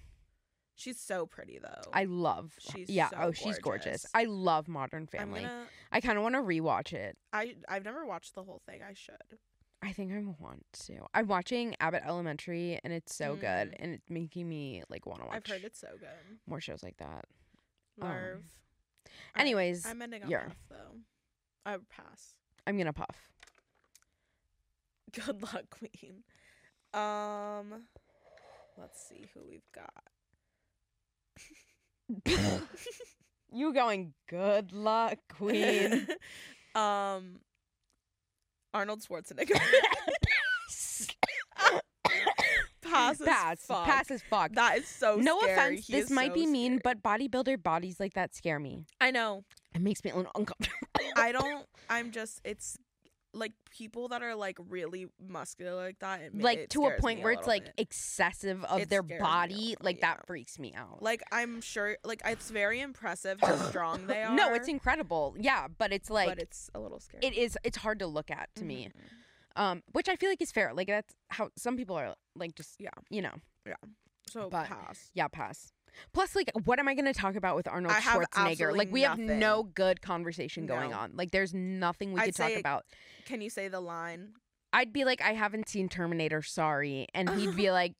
Speaker 2: She's so pretty though.
Speaker 1: I love
Speaker 2: She's
Speaker 1: Yeah,
Speaker 2: so
Speaker 1: oh, she's gorgeous.
Speaker 2: gorgeous.
Speaker 1: I love Modern
Speaker 2: I'm
Speaker 1: Family.
Speaker 2: gonna.
Speaker 1: I kind of want to rewatch it.
Speaker 2: I I've never watched the whole thing. I should.
Speaker 1: I think I want to. I'm watching Abbott Elementary and it's so good
Speaker 2: Mm.
Speaker 1: and it's making me like want to watch
Speaker 2: I've heard it's so good.
Speaker 1: more shows like that. Um,
Speaker 2: Larv. Alright,
Speaker 1: Anyways,
Speaker 2: I'm ending on
Speaker 1: yeah.
Speaker 2: Puff, though. I would pass. [laughs]
Speaker 1: I'm going to puff.
Speaker 2: Good luck, Queen. Um, let's see who we've got.
Speaker 1: [laughs] You going good luck, queen.
Speaker 2: [laughs] um, Arnold Schwarzenegger.
Speaker 1: [laughs]
Speaker 2: pass. as
Speaker 1: pass,
Speaker 2: fuck.
Speaker 1: pass as fuck.
Speaker 2: That is so.
Speaker 1: no
Speaker 2: scary.
Speaker 1: offense,
Speaker 2: He
Speaker 1: this
Speaker 2: is
Speaker 1: might
Speaker 2: so
Speaker 1: be mean,
Speaker 2: scary.
Speaker 1: but bodybuilder bodies like that scare me.
Speaker 2: I know.
Speaker 1: It makes me un- uncomfortable.
Speaker 2: I don't. I'm just. It's like people that are like really muscular like that. It,
Speaker 1: [laughs]
Speaker 2: ma-
Speaker 1: like
Speaker 2: it
Speaker 1: to a
Speaker 2: scares
Speaker 1: point
Speaker 2: me
Speaker 1: where it's
Speaker 2: little
Speaker 1: like
Speaker 2: bit.
Speaker 1: excessive of
Speaker 2: It
Speaker 1: their
Speaker 2: scares me a
Speaker 1: body.
Speaker 2: little,
Speaker 1: like
Speaker 2: yeah.
Speaker 1: that freaks me out.
Speaker 2: Like I'm sure. Like it's very impressive
Speaker 1: [coughs]
Speaker 2: how strong they are.
Speaker 1: no, it's incredible. Yeah, but it's like
Speaker 2: but it's a little scary.
Speaker 1: it is. It's hard to look at to me.
Speaker 2: Mhm.
Speaker 1: Um, which I feel like is fair. Like that's how some people are. Like just
Speaker 2: Yeah.
Speaker 1: you know,
Speaker 2: So
Speaker 1: But
Speaker 2: pass.
Speaker 1: yeah, pass. Plus, like, what am I going to talk about with Arnold
Speaker 2: I have
Speaker 1: Schwarzenegger?
Speaker 2: absolutely
Speaker 1: Like, we have
Speaker 2: nothing.
Speaker 1: no good conversation going
Speaker 2: No.
Speaker 1: on. Like, there's nothing we
Speaker 2: I'd
Speaker 1: could talk
Speaker 2: say-
Speaker 1: about.
Speaker 2: Can you say the line?
Speaker 1: I'd be like, I haven't seen Terminator, sorry. And he'd
Speaker 2: [laughs]
Speaker 1: be like,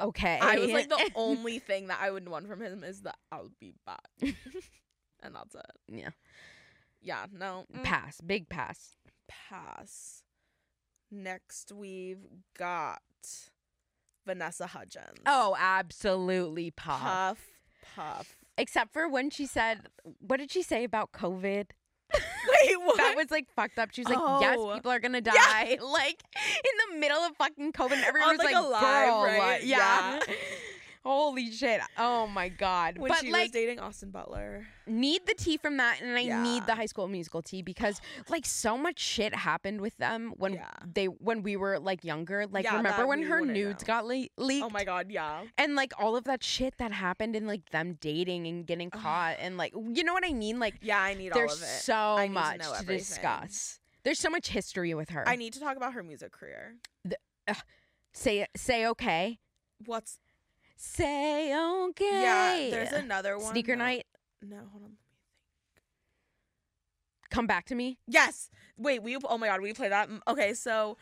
Speaker 1: okay.
Speaker 2: I was
Speaker 1: [laughs]
Speaker 2: like the only thing that I would want from him is the I'll be back.
Speaker 1: [laughs]
Speaker 2: and that's it.
Speaker 1: Yeah.
Speaker 2: Yeah, no. mm,
Speaker 1: pass, big pass.
Speaker 2: pass. Next we've got Vanessa Hudgens.
Speaker 1: Oh, absolutely pop.
Speaker 2: puff puff.
Speaker 1: [laughs] Except for when she said, what did she say about COVID?
Speaker 2: Wait, what?
Speaker 1: That was like fucked up. She was like, yes,
Speaker 2: Oh.
Speaker 1: people are going to die. [laughs] Like, in the middle of fucking COVID, and everyone
Speaker 2: On,
Speaker 1: was
Speaker 2: like,
Speaker 1: like,
Speaker 2: a live,
Speaker 1: girl,
Speaker 2: right?
Speaker 1: like, yeah. [laughs] Holy shit. Oh my God.
Speaker 2: when
Speaker 1: but
Speaker 2: she was
Speaker 1: like,
Speaker 2: dating Austin Butler.
Speaker 1: need the tea from that and I
Speaker 2: Yeah.
Speaker 1: need the high school musical tea
Speaker 2: [gasps]
Speaker 1: because like so much shit happened with them when
Speaker 2: Yeah.
Speaker 1: they when we were like younger. Like
Speaker 2: Yeah,
Speaker 1: remember
Speaker 2: that
Speaker 1: when
Speaker 2: we
Speaker 1: her
Speaker 2: wouldn't
Speaker 1: nudes
Speaker 2: know.
Speaker 1: got le- leaked?
Speaker 2: Oh my god, yeah.
Speaker 1: And like all of that shit that happened and like them dating and getting
Speaker 2: Ugh.
Speaker 1: caught and like you know what I mean? Like
Speaker 2: Yeah, I need all
Speaker 1: there's
Speaker 2: of it.
Speaker 1: so
Speaker 2: I need to
Speaker 1: much
Speaker 2: know
Speaker 1: to,
Speaker 2: everything.
Speaker 1: discuss. There's so much history with her.
Speaker 2: I need to talk about her music career.
Speaker 1: say say okay.
Speaker 2: What's
Speaker 1: Say okay.
Speaker 2: Yeah, there's another one.
Speaker 1: sneaker
Speaker 2: that-
Speaker 1: night.
Speaker 2: No, hold on.
Speaker 1: Come back to me.
Speaker 2: Yes. Wait, we oh my god, we play that. Mm, Okay, so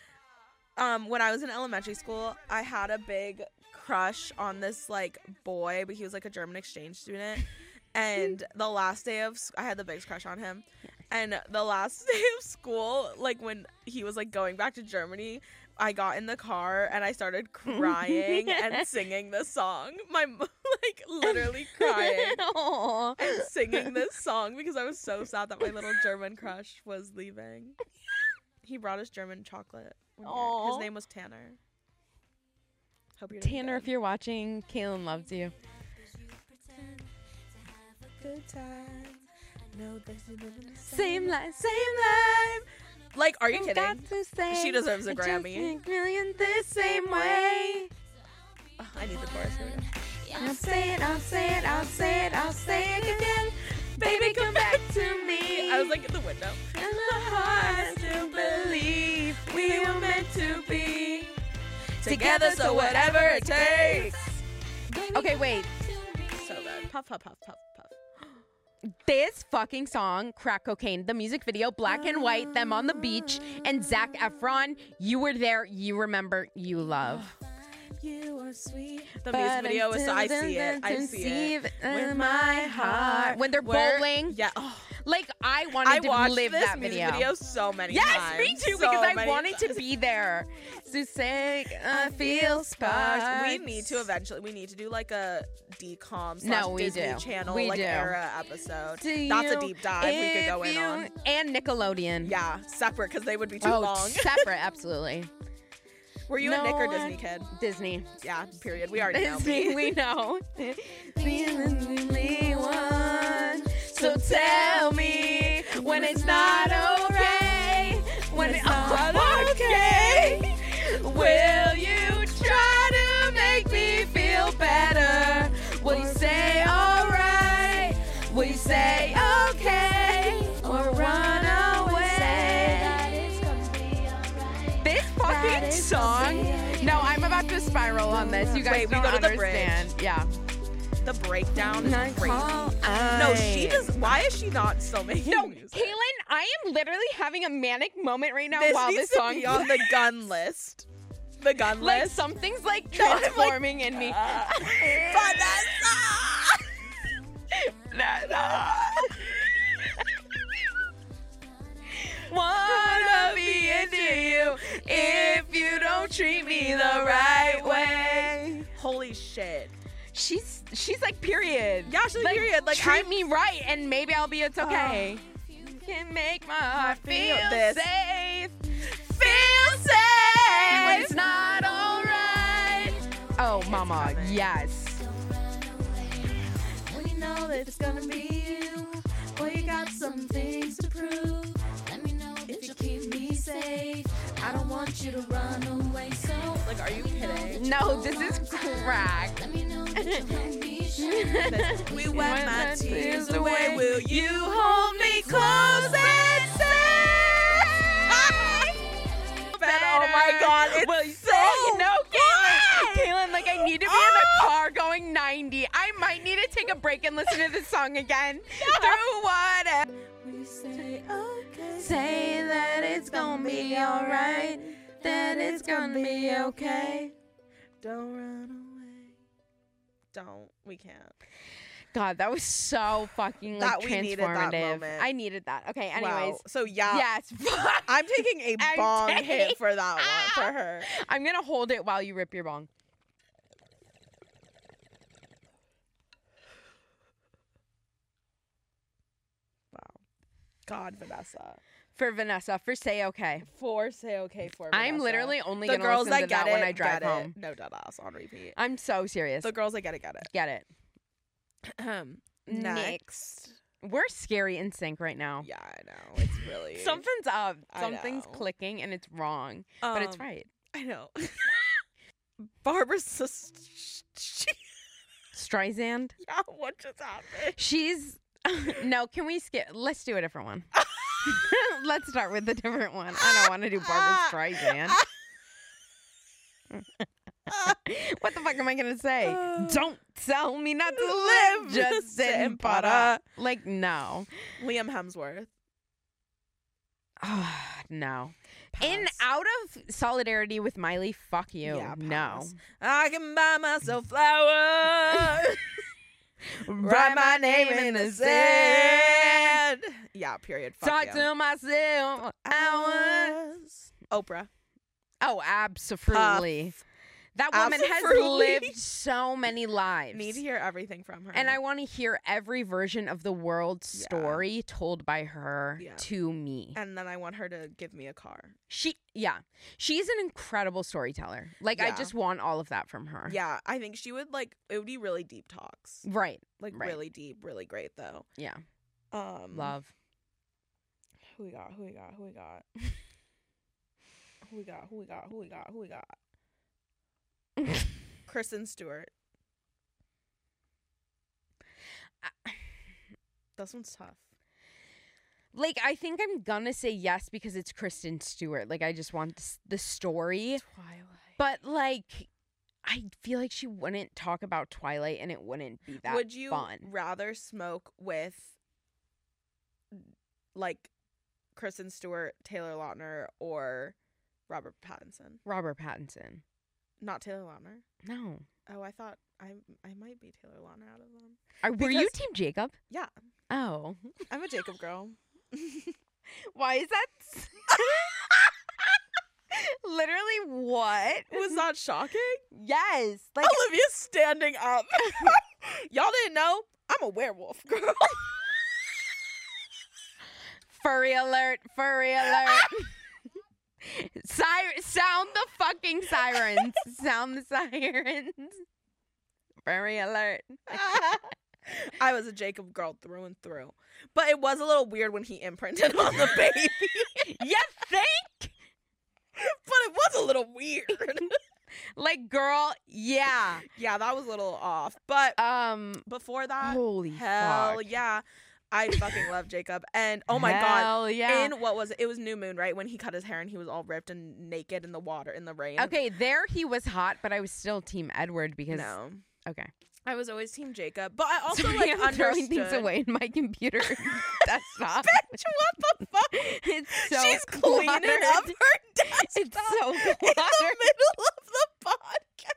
Speaker 2: um when I was in elementary school, I had a big crush on this like boy, but he was like a German exchange student. And the last day of s- I had the biggest crush on him. And the last [laughs] day of school, like when he was like going back to Germany, I got in the car and I started crying and singing this song. My mo- [laughs] like literally [laughs]
Speaker 1: [laughs]
Speaker 2: crying
Speaker 1: Aw.
Speaker 2: and [laughs]
Speaker 1: [laughs]
Speaker 2: singing this song because I was so sad that my little German crush was leaving.
Speaker 1: [laughs]
Speaker 2: He brought us German chocolate. one year. His
Speaker 1: Aw.
Speaker 2: name was Tanner. Hope you're doing
Speaker 1: Tanner, if
Speaker 2: good.
Speaker 1: you're watching, Kaylin loves you.
Speaker 2: good time. No, this is the
Speaker 1: Same life, same life.
Speaker 2: Like, are you
Speaker 1: I've
Speaker 2: kidding?
Speaker 1: got to say,
Speaker 2: She deserves a
Speaker 1: I just
Speaker 2: Grammy.
Speaker 1: make million the same way.
Speaker 2: [laughs] Ugh, I need the chorus. Here we go.
Speaker 1: I'll say it, I'll say it, I'll say it, I'll say it again. Baby, come back to me.
Speaker 2: I was like in
Speaker 1: [laughs]
Speaker 2: the window.
Speaker 1: in the heart to believe we were meant to be
Speaker 2: Together, so whatever it takes.
Speaker 1: Okay, wait.
Speaker 2: So bad. Puff, puff, puff, puff, puff.
Speaker 1: This fucking song, Crack Cocaine, the music video, black and white, them on the beach, and Zach Efron, you were there, you remember, you love.
Speaker 2: You are sweet. The music video is so I see it. I see it.
Speaker 1: With my heart. When they're
Speaker 2: We're-
Speaker 1: bowling.
Speaker 2: Yeah. Oh,
Speaker 1: Like, I wanted
Speaker 2: I
Speaker 1: to
Speaker 2: watched
Speaker 1: live
Speaker 2: this
Speaker 1: that
Speaker 2: music
Speaker 1: video.
Speaker 2: video. so many
Speaker 1: Yes,
Speaker 2: times.
Speaker 1: me too,
Speaker 2: So
Speaker 1: because I
Speaker 2: many
Speaker 1: wanted to
Speaker 2: [laughs] times.
Speaker 1: be there. To say, I feel
Speaker 2: Gosh,
Speaker 1: sparks.
Speaker 2: we need to eventually. We need to do like a decom slash
Speaker 1: No, we
Speaker 2: Disney
Speaker 1: do.
Speaker 2: Channel
Speaker 1: We
Speaker 2: like
Speaker 1: do.
Speaker 2: era episode.
Speaker 1: Do
Speaker 2: That's a
Speaker 1: you-
Speaker 2: deep dive we could
Speaker 1: if
Speaker 2: go in
Speaker 1: you-
Speaker 2: on.
Speaker 1: And Nickelodeon.
Speaker 2: Yeah, separate because they would be too
Speaker 1: oh,
Speaker 2: long.
Speaker 1: separate, absolutely.
Speaker 2: Were you a Nick or
Speaker 1: No, I-
Speaker 2: Disney kid?
Speaker 1: Disney.
Speaker 2: Yeah, period. We already know. [laughs]
Speaker 1: Disney, we know. Feeling one. So tell me when it's not okay. When it's not [laughs] okay. Will you try to make me feel better? Will you say alright? Will you say okay? Or run away? This fucking song. No, I'm about to spiral on this. You guys
Speaker 2: Wait, we
Speaker 1: don't
Speaker 2: go to the bridge.
Speaker 1: understand. Yeah.
Speaker 2: The breakdown is crazy. No, she does. Why is she not still making
Speaker 1: No,
Speaker 2: music?
Speaker 1: Kaylin, I am literally having a manic moment right now
Speaker 2: this
Speaker 1: while
Speaker 2: needs
Speaker 1: this
Speaker 2: to
Speaker 1: song
Speaker 2: be
Speaker 1: [laughs]
Speaker 2: on the gun list. The gun
Speaker 1: like
Speaker 2: list.
Speaker 1: something's like
Speaker 2: No, I'm like,
Speaker 1: transforming in me.
Speaker 2: Uh, [laughs] Vanessa!
Speaker 1: Wanna be into you if you don't treat me the right way.
Speaker 2: Holy shit.
Speaker 1: She's she's like period.
Speaker 2: Yeah, she's like, period. Like,
Speaker 1: treat
Speaker 2: I'm- Uh,
Speaker 1: me right and maybe I'll be it's okay. you can make my heart feel,
Speaker 2: feel this.
Speaker 1: safe. Feel safe when it's not alright. Oh, mama,
Speaker 2: coming.
Speaker 1: yes.
Speaker 4: We know that it's gonna be you. Well, you got some things to prove. Let me know if you keep me safe. I don't want you to run away, so
Speaker 2: Like, are you kidding?
Speaker 1: No, this is crack.
Speaker 4: let me know that
Speaker 1: [laughs]
Speaker 4: you hold me sure.
Speaker 2: We
Speaker 1: Wipe
Speaker 2: wipe my tears away. Will you
Speaker 1: hold me close and say?
Speaker 2: Oh my god, it's
Speaker 1: Will you
Speaker 2: so
Speaker 1: say- no, Oh. Kaylin,
Speaker 2: good.
Speaker 1: Kaylin, like I need to be in the car going 90. I might need to take a break and listen to this song [laughs] again. Through what?
Speaker 4: We say okay.
Speaker 1: Say that it's gonna be alright. That it's gonna be okay.
Speaker 2: Don't run away. Don't. We can't.
Speaker 1: God, that was so fucking like,
Speaker 2: That we needed that
Speaker 1: transformative.
Speaker 2: moment.
Speaker 1: I needed that. Okay, anyways.
Speaker 2: Wow. So yeah,
Speaker 1: Yes. [laughs] fuck.
Speaker 2: [laughs] I'm taking a
Speaker 1: I'm
Speaker 2: bong
Speaker 1: taking-
Speaker 2: hit for [laughs] that one for her.
Speaker 1: I'm gonna hold it while you rip your bong.
Speaker 2: Wow. God, Vanessa.
Speaker 1: For Vanessa, for say okay.
Speaker 2: For say okay for
Speaker 1: I'm
Speaker 2: Vanessa.
Speaker 1: literally only
Speaker 2: the
Speaker 1: gonna
Speaker 2: girls
Speaker 1: listen
Speaker 2: that
Speaker 1: to
Speaker 2: get
Speaker 1: that
Speaker 2: it
Speaker 1: when I drive
Speaker 2: get it.
Speaker 1: home.
Speaker 2: No dead ass on repeat.
Speaker 1: I'm so serious.
Speaker 2: The girls that get it get it.
Speaker 1: Get it.
Speaker 2: [clears throat] Next.
Speaker 1: Next. We're scary in sync right now.
Speaker 2: Yeah, I know. It's really [laughs]
Speaker 1: Something's up.
Speaker 2: I
Speaker 1: Something's
Speaker 2: know.
Speaker 1: clicking and it's wrong, but it's
Speaker 2: Um,
Speaker 1: right.
Speaker 2: I know. [laughs] Barbara's sister.
Speaker 1: Streisand.
Speaker 2: [laughs] Yeah, what just happened?
Speaker 1: She's [laughs] no. Can we skip? Let's do a different one. [laughs] Let's start with a different one. I don't want to do Barbara Streisand. [laughs] What the fuck am I gonna [sighs] say?
Speaker 2: Uh,
Speaker 1: Don't tell me not to
Speaker 2: live,
Speaker 1: live. Just sit and pot
Speaker 2: para.
Speaker 1: up. Like no, [sighs]
Speaker 2: Liam Hemsworth.
Speaker 1: Ah, no. In
Speaker 2: Pass.
Speaker 1: out of solidarity with Miley, fuck you.
Speaker 2: Yeah,
Speaker 1: no.
Speaker 2: pass. I can buy myself [laughs] flowers.
Speaker 1: Write my name in the sand.
Speaker 2: Yeah, period. Fuck
Speaker 1: Talk
Speaker 2: you.
Speaker 1: to myself. I want.
Speaker 2: hours. Oprah.
Speaker 1: Oh, absolutely. That woman has
Speaker 2: Absolutely.
Speaker 1: lived so
Speaker 2: [laughs]
Speaker 1: many lives.
Speaker 2: Need to hear everything from her.
Speaker 1: And I want to hear every version of the world
Speaker 2: Yeah.
Speaker 1: story told by her
Speaker 2: Yeah.
Speaker 1: to me.
Speaker 2: and then I want her to give me a car.
Speaker 1: she, yeah, she's an incredible storyteller. Like I
Speaker 2: Yeah.
Speaker 1: just want all of that from her.
Speaker 2: Yeah, I think she would like it would be really deep talks.
Speaker 1: right.
Speaker 2: Like
Speaker 1: Right.
Speaker 2: really deep, really great though.
Speaker 1: Yeah,
Speaker 2: Um
Speaker 1: love.
Speaker 2: Who we got? Who we got? Who we got? [laughs] who we got? Who we got? Who we got? Who we got? [laughs] Kristen Stewart. [sighs] this one's tough.
Speaker 1: Like I think I'm gonna say yes because it's Kristen Stewart. Like I just want s- the story,
Speaker 2: Twilight.
Speaker 1: but like I feel like she wouldn't talk about Twilight and it wouldn't be that
Speaker 2: Would you
Speaker 1: fun.
Speaker 2: rather smoke with like Kristen Stewart, Taylor Lautner, or Robert Pattinson?
Speaker 1: Robert Pattinson.
Speaker 2: Not Taylor Lautner.
Speaker 1: No.
Speaker 2: Oh, I thought I I might be Taylor Lautner out of them.
Speaker 1: Are, were you
Speaker 2: Because-
Speaker 1: Team Jacob?
Speaker 2: Yeah,
Speaker 1: Oh.
Speaker 2: I'm a Jacob girl.
Speaker 1: Why is that? s- [laughs] Literally, what?
Speaker 2: [laughs] Was that shocking?
Speaker 1: yes. Like,
Speaker 2: Olivia's standing
Speaker 1: [laughs]
Speaker 2: up. [laughs] Y'all didn't know I'm a werewolf
Speaker 1: [laughs]
Speaker 2: girl.
Speaker 1: furry alert, furry [laughs] alert. Siren, sound the fucking sirens. [laughs] sound the sirens. Furry alert.
Speaker 2: I was a Jacob girl through and through. But it was a little weird when he imprinted
Speaker 1: [laughs]
Speaker 2: on the baby.
Speaker 1: [laughs] You think?
Speaker 2: but it was a little
Speaker 1: [laughs]
Speaker 2: weird.
Speaker 1: Like, girl, yeah.
Speaker 2: yeah, that was a little off. But
Speaker 1: Um,
Speaker 2: before that,
Speaker 1: holy
Speaker 2: hell
Speaker 1: fuck.
Speaker 2: yeah. I fucking love Jacob. And oh my god.
Speaker 1: Hell yeah.
Speaker 2: In what was it? It was New Moon, right? When he cut his hair and he was all ripped and naked in the water in the rain.
Speaker 1: okay, there he was hot, but I was still Team Edward because.
Speaker 2: No.
Speaker 1: Okay. [laughs]
Speaker 2: I was always Team Jacob, but I also
Speaker 1: Sorry,
Speaker 2: like
Speaker 1: I'm
Speaker 2: understood.
Speaker 1: throwing things
Speaker 2: [laughs]
Speaker 1: away in my computer [laughs] desktop.
Speaker 2: Bitch, what the fuck?
Speaker 1: It's so [laughs]
Speaker 2: She's cleaning
Speaker 1: cluttered.
Speaker 2: up her desktop
Speaker 1: It's so
Speaker 2: [laughs] in the
Speaker 1: cluttered.
Speaker 2: middle of the [laughs] podcast.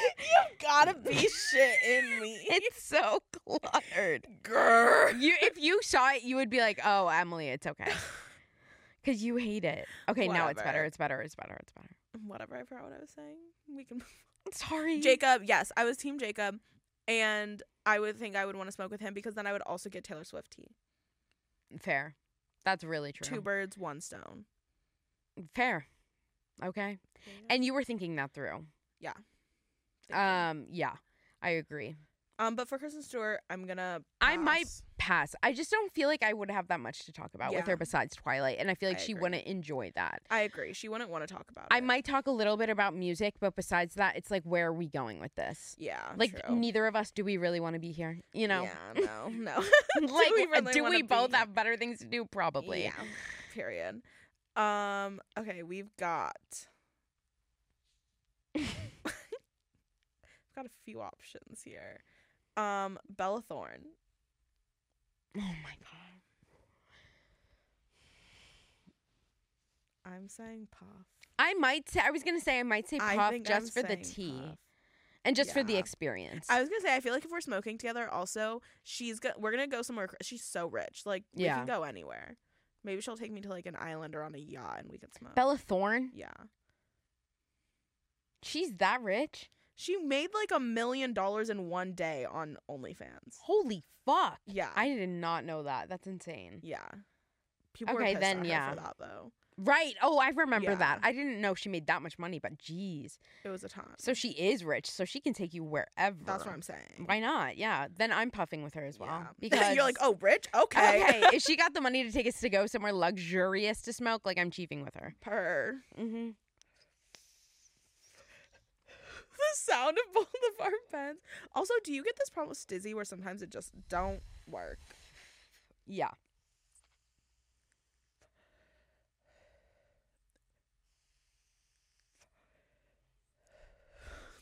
Speaker 2: You've gotta be shitting me,
Speaker 1: It's so cluttered.
Speaker 2: girl.
Speaker 1: You, if you saw it, you would be like, "Oh, Emily, it's
Speaker 2: [sighs]
Speaker 1: okay," because you hate it. Okay, now it's better.
Speaker 2: Whatever.
Speaker 1: It's better. It's better. It's better.
Speaker 2: Whatever, I forgot what I was saying. We can.
Speaker 1: Sorry,
Speaker 2: [laughs] Jacob, yes, I was Team Jacob, and I would think I would want to smoke with him because then I would also get Taylor Swift tea.
Speaker 1: Fair. That's really true.
Speaker 2: Two birds, one stone.
Speaker 1: Fair. Okay. And you were thinking that through.
Speaker 2: Yeah.
Speaker 1: Um. Yeah. I agree.
Speaker 2: um, but for Kristen Stewart, I'm gonna.
Speaker 1: I might
Speaker 2: pass.
Speaker 1: pass. I just don't feel like I would have that much to talk about with
Speaker 2: Yeah.
Speaker 1: her besides Twilight, and I feel like
Speaker 2: I
Speaker 1: she
Speaker 2: agree.
Speaker 1: wouldn't enjoy that.
Speaker 2: I agree. She wouldn't want to talk about.
Speaker 1: I
Speaker 2: it.
Speaker 1: might talk a little bit about music, but besides that, it's like, where are we going with this?
Speaker 2: Yeah.
Speaker 1: like,
Speaker 2: true.
Speaker 1: neither of us do we really want to be here, you know? [laughs]
Speaker 2: Yeah, no, no.
Speaker 1: like, do we,
Speaker 2: really wanna
Speaker 1: both
Speaker 2: be-
Speaker 1: have better things to do? Probably.
Speaker 2: Yeah. Period. Um. Okay, we've got.
Speaker 1: [laughs]
Speaker 2: we've got a few options here. Um, Bella Thorne.
Speaker 1: Oh my god.
Speaker 2: I'm saying Puff.
Speaker 1: I might say I was gonna say I might say
Speaker 2: I
Speaker 1: puff
Speaker 2: think
Speaker 1: just
Speaker 2: I'm
Speaker 1: for the
Speaker 2: saying
Speaker 1: tea
Speaker 2: Puff.
Speaker 1: and just for the
Speaker 2: Yeah.
Speaker 1: experience.
Speaker 2: I was gonna say I feel like if we're smoking together, also she's gonna we're gonna go somewhere. cr- She's so rich, like we
Speaker 1: Yeah.
Speaker 2: can go anywhere. Maybe she'll take me to like an island or on a yacht and we could smoke.
Speaker 1: Bella Thorne,
Speaker 2: Yeah.
Speaker 1: she's that rich.
Speaker 2: She made like a million dollars in one day on OnlyFans.
Speaker 1: Holy fuck!
Speaker 2: Yeah.
Speaker 1: I did not know that. That's insane.
Speaker 2: yeah. People were
Speaker 1: Okay,
Speaker 2: pissed
Speaker 1: then,
Speaker 2: at her
Speaker 1: yeah.
Speaker 2: for that though.
Speaker 1: Right. Oh, I remember
Speaker 2: Yeah.
Speaker 1: that. I didn't know she made that much money, but geez.
Speaker 2: It was a time.
Speaker 1: So she is rich, so she can take you wherever.
Speaker 2: that's what I'm saying.
Speaker 1: Why not? Yeah. Then I'm puffing with her as well.
Speaker 2: Yeah.
Speaker 1: Because
Speaker 2: [laughs] you're like, oh, rich? Okay.
Speaker 1: Okay, if she got the money to take us to go somewhere luxurious to smoke, like I'm chiefing with her.
Speaker 2: [laughs] Per
Speaker 1: Mm-hmm.
Speaker 2: the sound of both of our pens. Also, do you get this problem with Stizzy where sometimes it just don't work?
Speaker 1: Yeah.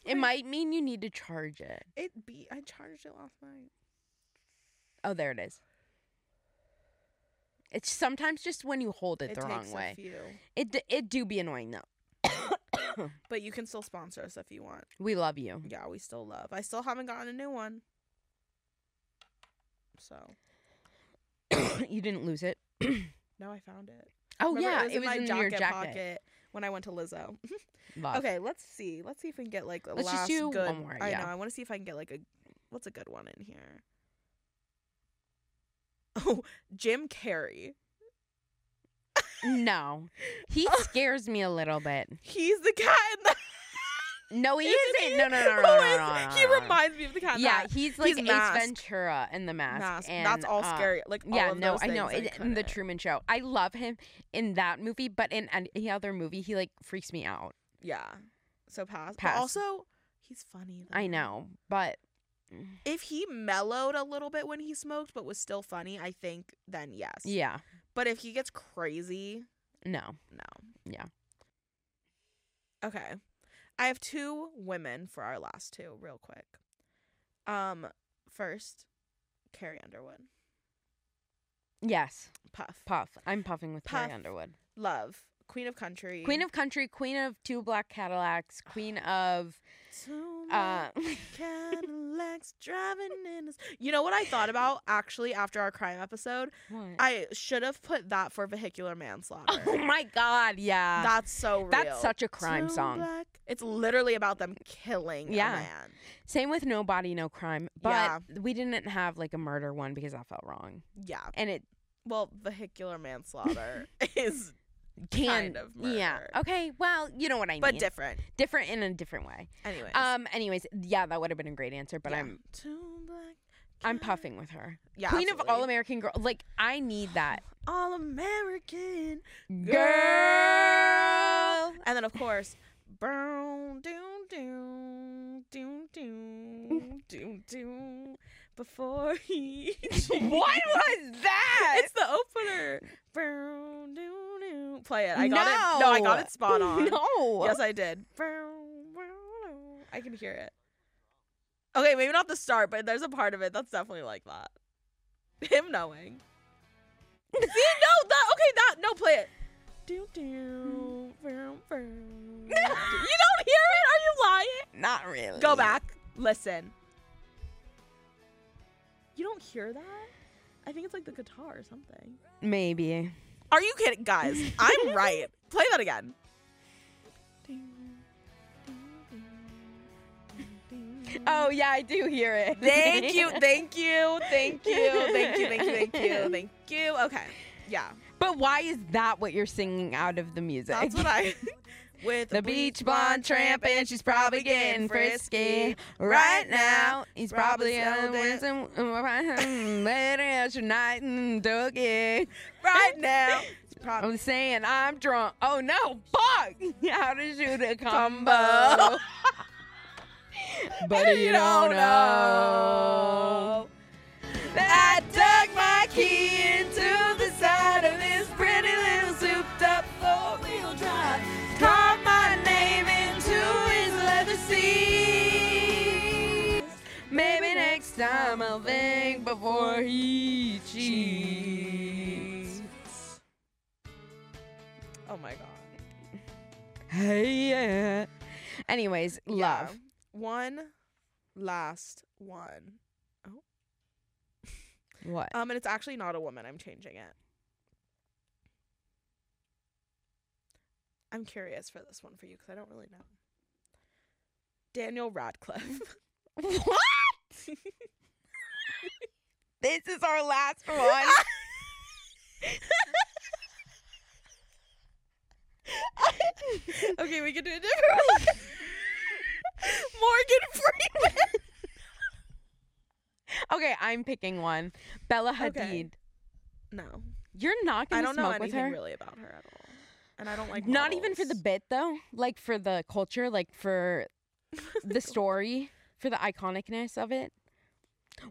Speaker 1: It might mean you need to charge it.
Speaker 2: It be I charged it last night.
Speaker 1: Oh, there it is. It's sometimes just when you hold it,
Speaker 2: It
Speaker 1: the wrong
Speaker 2: takes
Speaker 1: way.
Speaker 2: a few.
Speaker 1: It d- it do be annoying though.
Speaker 2: But you can still sponsor us if you want.
Speaker 1: [coughs] We love you. [coughs]
Speaker 2: Yeah, we still love. I still haven't gotten a new one. So
Speaker 1: you didn't lose it. [coughs]
Speaker 2: now I found it.
Speaker 1: Oh
Speaker 2: Remember,
Speaker 1: yeah, it was, in, your jacket.
Speaker 2: pocket when I went to Lizzo.
Speaker 1: Love.
Speaker 2: okay, let's see. Let's see if we can get like a
Speaker 1: Let's just
Speaker 2: last
Speaker 1: do one
Speaker 2: good.
Speaker 1: more,
Speaker 2: I
Speaker 1: yeah.
Speaker 2: know. I want to see if I can get like a what's a good one in here. [laughs] Oh, Jim Carrey.
Speaker 1: No,
Speaker 2: [laughs]
Speaker 1: he scares me a little bit.
Speaker 2: He's the cat in the.
Speaker 1: No, Oh,
Speaker 2: [laughs]
Speaker 1: he
Speaker 2: Isn't
Speaker 1: isn't.
Speaker 2: he?
Speaker 1: No, no, no, no,
Speaker 2: Who
Speaker 1: no, no,
Speaker 2: is-
Speaker 1: no, no,
Speaker 2: He
Speaker 1: no, no.
Speaker 2: reminds me of the cat. in the
Speaker 1: Yeah,
Speaker 2: hat.
Speaker 1: he's like Ace
Speaker 2: masked.
Speaker 1: Ventura in the mask.
Speaker 2: Mask.
Speaker 1: And,
Speaker 2: That's all
Speaker 1: uh,
Speaker 2: scary. Like all
Speaker 1: yeah,
Speaker 2: of
Speaker 1: no,
Speaker 2: those
Speaker 1: I know.
Speaker 2: things,
Speaker 1: It, in the
Speaker 2: couldn't.
Speaker 1: Truman Show, I love him in that movie, but in any other movie, he like freaks me out.
Speaker 2: Yeah. So pass. But
Speaker 1: Pass.
Speaker 2: also, he's funny. Though.
Speaker 1: I know, but
Speaker 2: If he mellowed a little bit when he smoked, but was still funny, I think then yes.
Speaker 1: yeah,
Speaker 2: But if he gets crazy,
Speaker 1: no.
Speaker 2: no.
Speaker 1: Yeah.
Speaker 2: Okay. I have two women for our last two, real quick. Um, first, Carrie Underwood,
Speaker 1: Yes,
Speaker 2: Puff,
Speaker 1: Puff. I'm puffing with Carrie
Speaker 2: Puff.
Speaker 1: Underwood.
Speaker 2: Love, Queen of Country,
Speaker 1: Queen of Country, Queen of Two Black Cadillacs,
Speaker 2: [gasps]
Speaker 1: Queen of
Speaker 2: So [laughs]
Speaker 1: uh,
Speaker 2: Cadillacs driving in. His- you know what I thought about actually after our crime episode? [laughs]
Speaker 1: what?
Speaker 2: I should have put that for vehicular manslaughter.
Speaker 1: Oh my God! Yeah,
Speaker 2: That's so real.
Speaker 1: that's such a crime
Speaker 2: So
Speaker 1: song.
Speaker 2: black. It's literally about them killing
Speaker 1: Yeah.
Speaker 2: a man.
Speaker 1: Same with No Body, No Crime, but
Speaker 2: Yeah.
Speaker 1: we didn't have like a murder one because that felt wrong,
Speaker 2: Yeah.
Speaker 1: and it
Speaker 2: Well,
Speaker 1: [laughs]
Speaker 2: vehicular manslaughter is
Speaker 1: can
Speaker 2: Kind of
Speaker 1: yeah.
Speaker 2: murder.
Speaker 1: Okay, well, you know what I
Speaker 2: but
Speaker 1: mean.
Speaker 2: different.
Speaker 1: different in a different way.
Speaker 2: Anyways.
Speaker 1: Um. Anyways, yeah, that would have been a great answer, but
Speaker 2: yeah.
Speaker 1: I'm
Speaker 2: Two black
Speaker 1: I'm
Speaker 2: cat-
Speaker 1: puffing with her.
Speaker 2: Yeah,
Speaker 1: Queen of All
Speaker 2: absolutely.
Speaker 1: American Girl. Like I need that
Speaker 2: all American
Speaker 1: girl. [laughs]
Speaker 2: And then of course, boom, doom, doom, doom,
Speaker 1: [laughs]
Speaker 2: doom, doom, doom. Before he,
Speaker 1: [laughs]
Speaker 2: [laughs]
Speaker 1: what was that?
Speaker 2: it's the opener. Boom, doom, doom. Play it. I got it. No, I got it spot on.
Speaker 1: [laughs] No.
Speaker 2: Yes, I did. Boom, boom, boom. I can hear it. Okay, maybe not the start, but there's a part of it that's definitely like that. [laughs] Him knowing. See, no, that okay, that no, play it. Do do. vroom, [laughs] vroom. you don't hear it? Are you lying?
Speaker 1: e-, Not really.
Speaker 2: Go back. Listen. You don't hear that? I think it's like the guitar or something.
Speaker 1: Maybe.
Speaker 2: Are you kidding, guys? I'm [laughs] right. Play that again.
Speaker 1: Oh yeah, I do hear
Speaker 2: [laughs]
Speaker 1: it.
Speaker 2: Thank
Speaker 1: [laughs]
Speaker 2: you, thank you, thank you, thank you, thank you, thank you, thank you. Okay, yeah,
Speaker 1: but why is that what you're singing out of the music?
Speaker 2: that's what I. [laughs]
Speaker 1: [laughs]
Speaker 2: With
Speaker 1: The beach blonde tramp and she's probably getting frisky right now. He's probably
Speaker 2: Robin's
Speaker 1: out some [laughs] later out tonight and
Speaker 2: [laughs]
Speaker 1: dookie.
Speaker 2: right now.
Speaker 1: [laughs]
Speaker 2: It's probably
Speaker 1: I'm saying I'm drunk. Oh no, fuck! [laughs] How to shoot a [laughs] combo. but Oh, you don't know. I dug my key into the side of this pretty little souped up four wheel drive. Carved my name into his leather seat. Maybe next time I'll think before he cheats.
Speaker 2: Oh my god.
Speaker 1: Hey, [laughs] yeah. Anyways, love.
Speaker 2: Yeah. One last one. [laughs]
Speaker 1: What?
Speaker 2: Um, and it's actually not a woman. I'm changing it. I'm curious for this one for you because I don't really know. Daniel Radcliffe. [laughs]
Speaker 1: What? this is our last
Speaker 2: [laughs]
Speaker 1: one.
Speaker 2: okay, we can do a different one. [laughs] Morgan Freeman.
Speaker 1: [laughs] Okay, I'm picking one. Bella Hadid.
Speaker 2: Okay. No,
Speaker 1: You're not gonna
Speaker 2: I don't know
Speaker 1: smoke with
Speaker 2: anything
Speaker 1: her.
Speaker 2: really about her at all, and I don't like.
Speaker 1: not even for the
Speaker 2: models.
Speaker 1: bit though. Like for the culture, like for
Speaker 2: [laughs]
Speaker 1: the story, for the iconicness of it.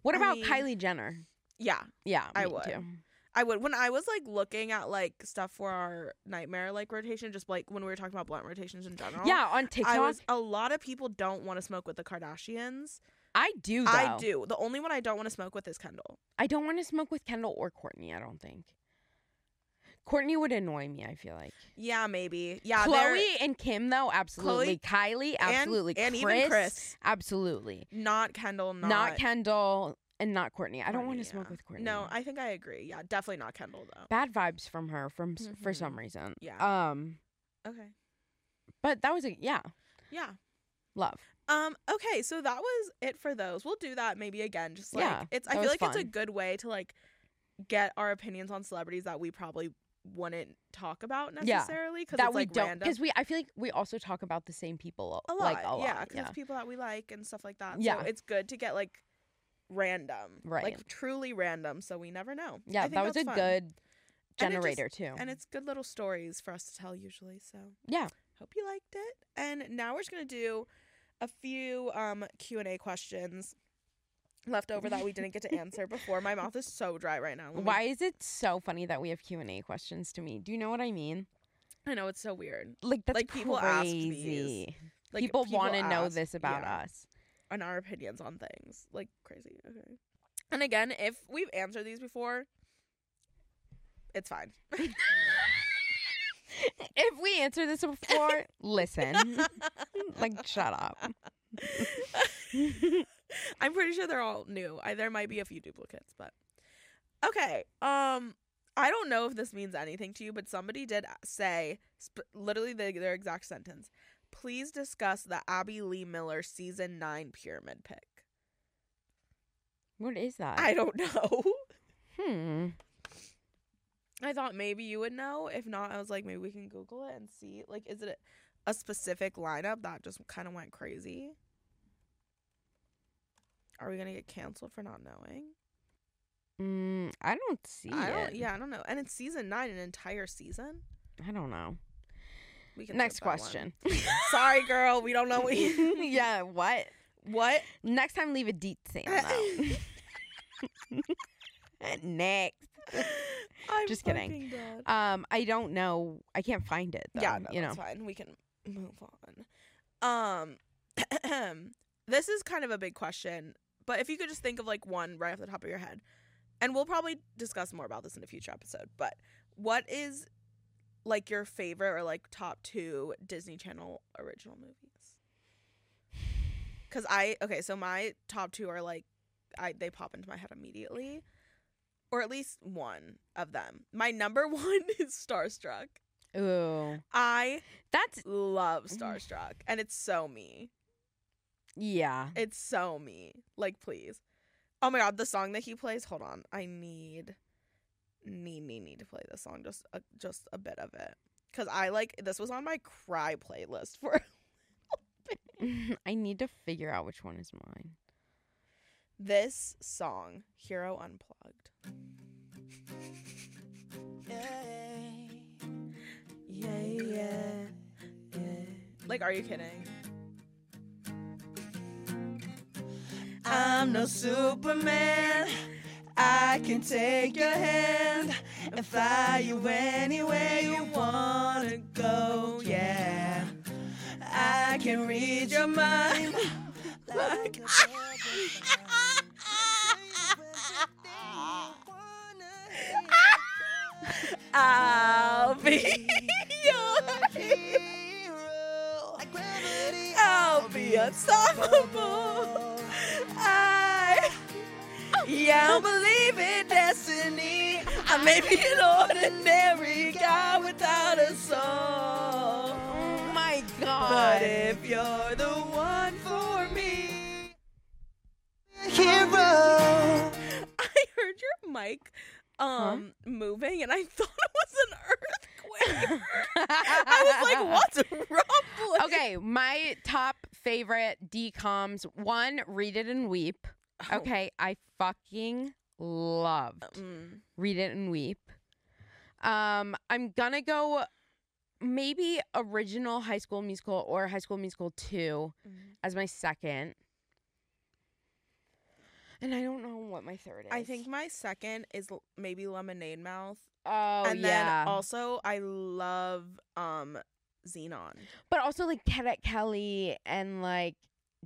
Speaker 1: What
Speaker 2: I
Speaker 1: about
Speaker 2: mean-
Speaker 1: Kylie Jenner?
Speaker 2: Yeah,
Speaker 1: Yeah,
Speaker 2: I
Speaker 1: me
Speaker 2: would.
Speaker 1: too.
Speaker 2: I would when I was like looking at like stuff for our nightmare like rotation, just like when we were talking about blunt rotations in general.
Speaker 1: Yeah, on TikTok,
Speaker 2: Oh, I
Speaker 1: I,
Speaker 2: was a lot of people don't want to smoke with the Kardashians.
Speaker 1: do. Though.
Speaker 2: I do. The only one I don't want to smoke with is Kendall.
Speaker 1: I don't want to smoke with Kendall or Courtney. I don't think. Courtney would annoy me. I feel like
Speaker 2: Yeah, maybe. Yeah, they're-
Speaker 1: Chloe and Kim though, absolutely. Kylie,
Speaker 2: and-
Speaker 1: absolutely.
Speaker 2: and,
Speaker 1: Chris,
Speaker 2: even Chris.
Speaker 1: absolutely.
Speaker 2: Not Kendall. Not,
Speaker 1: Not, Kendall and not Courtney. I don't want
Speaker 2: Courtney,
Speaker 1: to smoke
Speaker 2: yeah.
Speaker 1: with Courtney.
Speaker 2: No, I think I agree. Yeah, definitely not Kendall though.
Speaker 1: bad vibes from her from s for
Speaker 2: Mhm.
Speaker 1: some reason.
Speaker 2: Yeah.
Speaker 1: Um,
Speaker 2: okay.
Speaker 1: but that was a yeah
Speaker 2: Yeah.
Speaker 1: love.
Speaker 2: Um. Okay. So that was it for those. We'll do that maybe again. Just like
Speaker 1: Yeah,
Speaker 2: it's,
Speaker 1: that
Speaker 2: I feel
Speaker 1: was
Speaker 2: like it's a
Speaker 1: fun.
Speaker 2: good way to like get our opinions on celebrities that we probably wouldn't talk about
Speaker 1: Yeah,
Speaker 2: necessarily because
Speaker 1: That
Speaker 2: it's
Speaker 1: we
Speaker 2: like
Speaker 1: don't
Speaker 2: random.
Speaker 1: because we I feel like we also talk about the same people
Speaker 2: a lot.
Speaker 1: like a lot.
Speaker 2: yeah, because
Speaker 1: yeah.
Speaker 2: it's people that we like and stuff like that.
Speaker 1: Yeah.
Speaker 2: So it's good to get like random,
Speaker 1: Right.
Speaker 2: Like truly random, so we never know. I
Speaker 1: Yeah,
Speaker 2: think
Speaker 1: that was
Speaker 2: that's
Speaker 1: a
Speaker 2: fun.
Speaker 1: good
Speaker 2: And it just-
Speaker 1: generator too.
Speaker 2: and it's good little stories for us to tell usually. So
Speaker 1: Oh. Yeah.
Speaker 2: hope you liked it. And now we're just gonna do a few um Q and A questions left over that we didn't
Speaker 1: [laughs]
Speaker 2: get to answer before. My mouth is so dry right now. Let me-
Speaker 1: Why is it so funny that we have Q and A questions to me? Do you know what I mean?
Speaker 2: I know it's so weird.
Speaker 1: Like that's
Speaker 2: Like, people ask these.
Speaker 1: crazy.
Speaker 2: Like
Speaker 1: people want to know
Speaker 2: ask-
Speaker 1: this about
Speaker 2: yeah, [laughs]
Speaker 1: us.
Speaker 2: and our opinions on things. Like crazy. Okay. And again, if we've answered these before, it's fine. [laughs]
Speaker 1: If we answer this before,
Speaker 2: [laughs]
Speaker 1: listen. like shut up.
Speaker 2: [laughs] I'm pretty sure they're all new. I, there might be a few duplicates, but okay. Um, I don't know if this means anything to you, but somebody did say sp- literally the, their exact sentence. Please discuss the Abby Lee Miller season nine pyramid pick.
Speaker 1: What is that?
Speaker 2: I don't [laughs] know.
Speaker 1: hmm.
Speaker 2: I thought maybe you would know. If not, I was like, maybe we can Google it and see. Like, is it a specific lineup that just kind of went crazy? Are we gonna get canceled for not knowing?
Speaker 1: Mm, I don't see
Speaker 2: I
Speaker 1: it.
Speaker 2: don't, yeah, I don't know. And it's season nine, an entire season.
Speaker 1: I don't know.
Speaker 2: We skip
Speaker 1: Next
Speaker 2: that one. Oh,
Speaker 1: question.
Speaker 2: Sorry, girl, we don't know what. [laughs] You,
Speaker 1: [laughs] yeah, what?
Speaker 2: what?
Speaker 1: Next time, leave a deet Sam
Speaker 2: [laughs]
Speaker 1: though. [laughs] Next.
Speaker 2: I'm
Speaker 1: Just kidding.
Speaker 2: fucking dead.
Speaker 1: Um, I don't know. I can't find it. Though,
Speaker 2: yeah, no,
Speaker 1: you know.
Speaker 2: that's fine. We can move on. Um, [clears throat] this is kind of a big question, but if you could just think of like one right off the top of your head, and we'll probably discuss more about this in a future episode. But what is like your favorite or like top two Disney Channel original movies? Because I okay, so my top two are like I they pop into my head immediately. Or at least one of them. My number [laughs] one is Starstruck.
Speaker 1: Ooh,
Speaker 2: I
Speaker 1: that's
Speaker 2: love
Speaker 1: Mm.
Speaker 2: Starstruck, and it's so me.
Speaker 1: yeah. [laughs]
Speaker 2: It's so me. Like, please. Oh my god, the song that he plays. Hold on, I need, need, need, need to play this song. Just, a, just a bit of it, cause I like this was on my cry playlist for [laughs]
Speaker 1: I need to figure out which one is mine.
Speaker 2: this song, Hero Unplugged. Yeah, yeah, yeah. Like, are you kidding? I'm no Superman. I can take your hand and fly you anywhere you wanna go. Yeah, I can read your mind. Like, I'll be [laughs] your hero. I'll be unstoppable. [laughs] I, yeah, I believe in destiny. I may be an ordinary guy without a soul.
Speaker 1: Oh my [laughs]
Speaker 2: But
Speaker 1: god.
Speaker 2: if you're the one for me,
Speaker 3: Hero.
Speaker 2: I heard your mic um moving and I [laughs] thought it was an [laughs] earthquake. [laughs] I was like, what's rumbling?
Speaker 1: Okay, my top favorite DComs. One, read it and weep.
Speaker 2: Oh.
Speaker 1: Okay, I fucking loved
Speaker 2: Mm.
Speaker 1: read it and weep. Um, I'm gonna go maybe original High School Musical or High School Musical two as my second. And I don't know what my third is.
Speaker 2: I think my second is l- maybe Lemonade Mouth.
Speaker 1: Oh
Speaker 2: and
Speaker 1: yeah.
Speaker 2: then also I love um Xenon.
Speaker 1: but also like Cadet Kelly and like,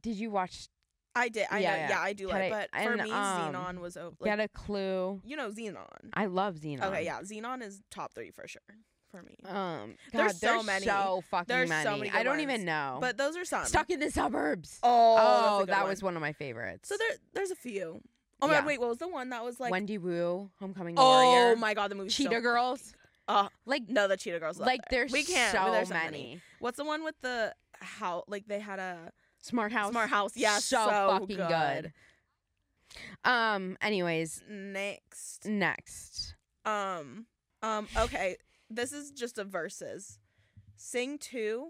Speaker 1: did you watch
Speaker 2: I did. I
Speaker 1: Yeah,
Speaker 2: know.
Speaker 1: yeah.
Speaker 2: Yeah, I do
Speaker 1: Can
Speaker 2: like.
Speaker 1: I-
Speaker 2: But for
Speaker 1: and,
Speaker 2: me,
Speaker 1: um,
Speaker 2: Xenon was o- like
Speaker 1: Get a Clue?
Speaker 2: you know Xenon.
Speaker 1: I love Xenon.
Speaker 2: Okay, yeah, Xenon is top three for sure for me.
Speaker 1: Um, God,
Speaker 2: There's so
Speaker 1: there's
Speaker 2: many.
Speaker 1: So fucking
Speaker 2: There's so
Speaker 1: many.
Speaker 2: many
Speaker 1: I
Speaker 2: good
Speaker 1: don't
Speaker 2: ones.
Speaker 1: even know.
Speaker 2: but um, those are some.
Speaker 1: Oh. Stuck in the Suburbs.
Speaker 2: oh, that's a good
Speaker 1: that
Speaker 2: one.
Speaker 1: was one of my favorites.
Speaker 2: So there, there's a few. Oh my
Speaker 1: Yeah.
Speaker 2: god, wait, what was the one that was like?
Speaker 1: Wendy Wu, Homecoming
Speaker 2: oh
Speaker 1: Warrior,
Speaker 2: my god, the movie
Speaker 1: Cheetah
Speaker 2: so,
Speaker 1: Girls.
Speaker 2: Uh,
Speaker 1: like
Speaker 2: No, the Cheetah Girls. love
Speaker 1: like
Speaker 2: there.
Speaker 1: there's
Speaker 2: we can't.
Speaker 1: so,
Speaker 2: there's
Speaker 1: many.
Speaker 2: What's the one with the how? Like they had a
Speaker 1: Smart House.
Speaker 2: smart house. Yeah,
Speaker 1: so, fucking
Speaker 2: good.
Speaker 1: good. Um. Anyways,
Speaker 2: Next,
Speaker 1: next.
Speaker 2: um, um, okay, this is just a versus. Sing two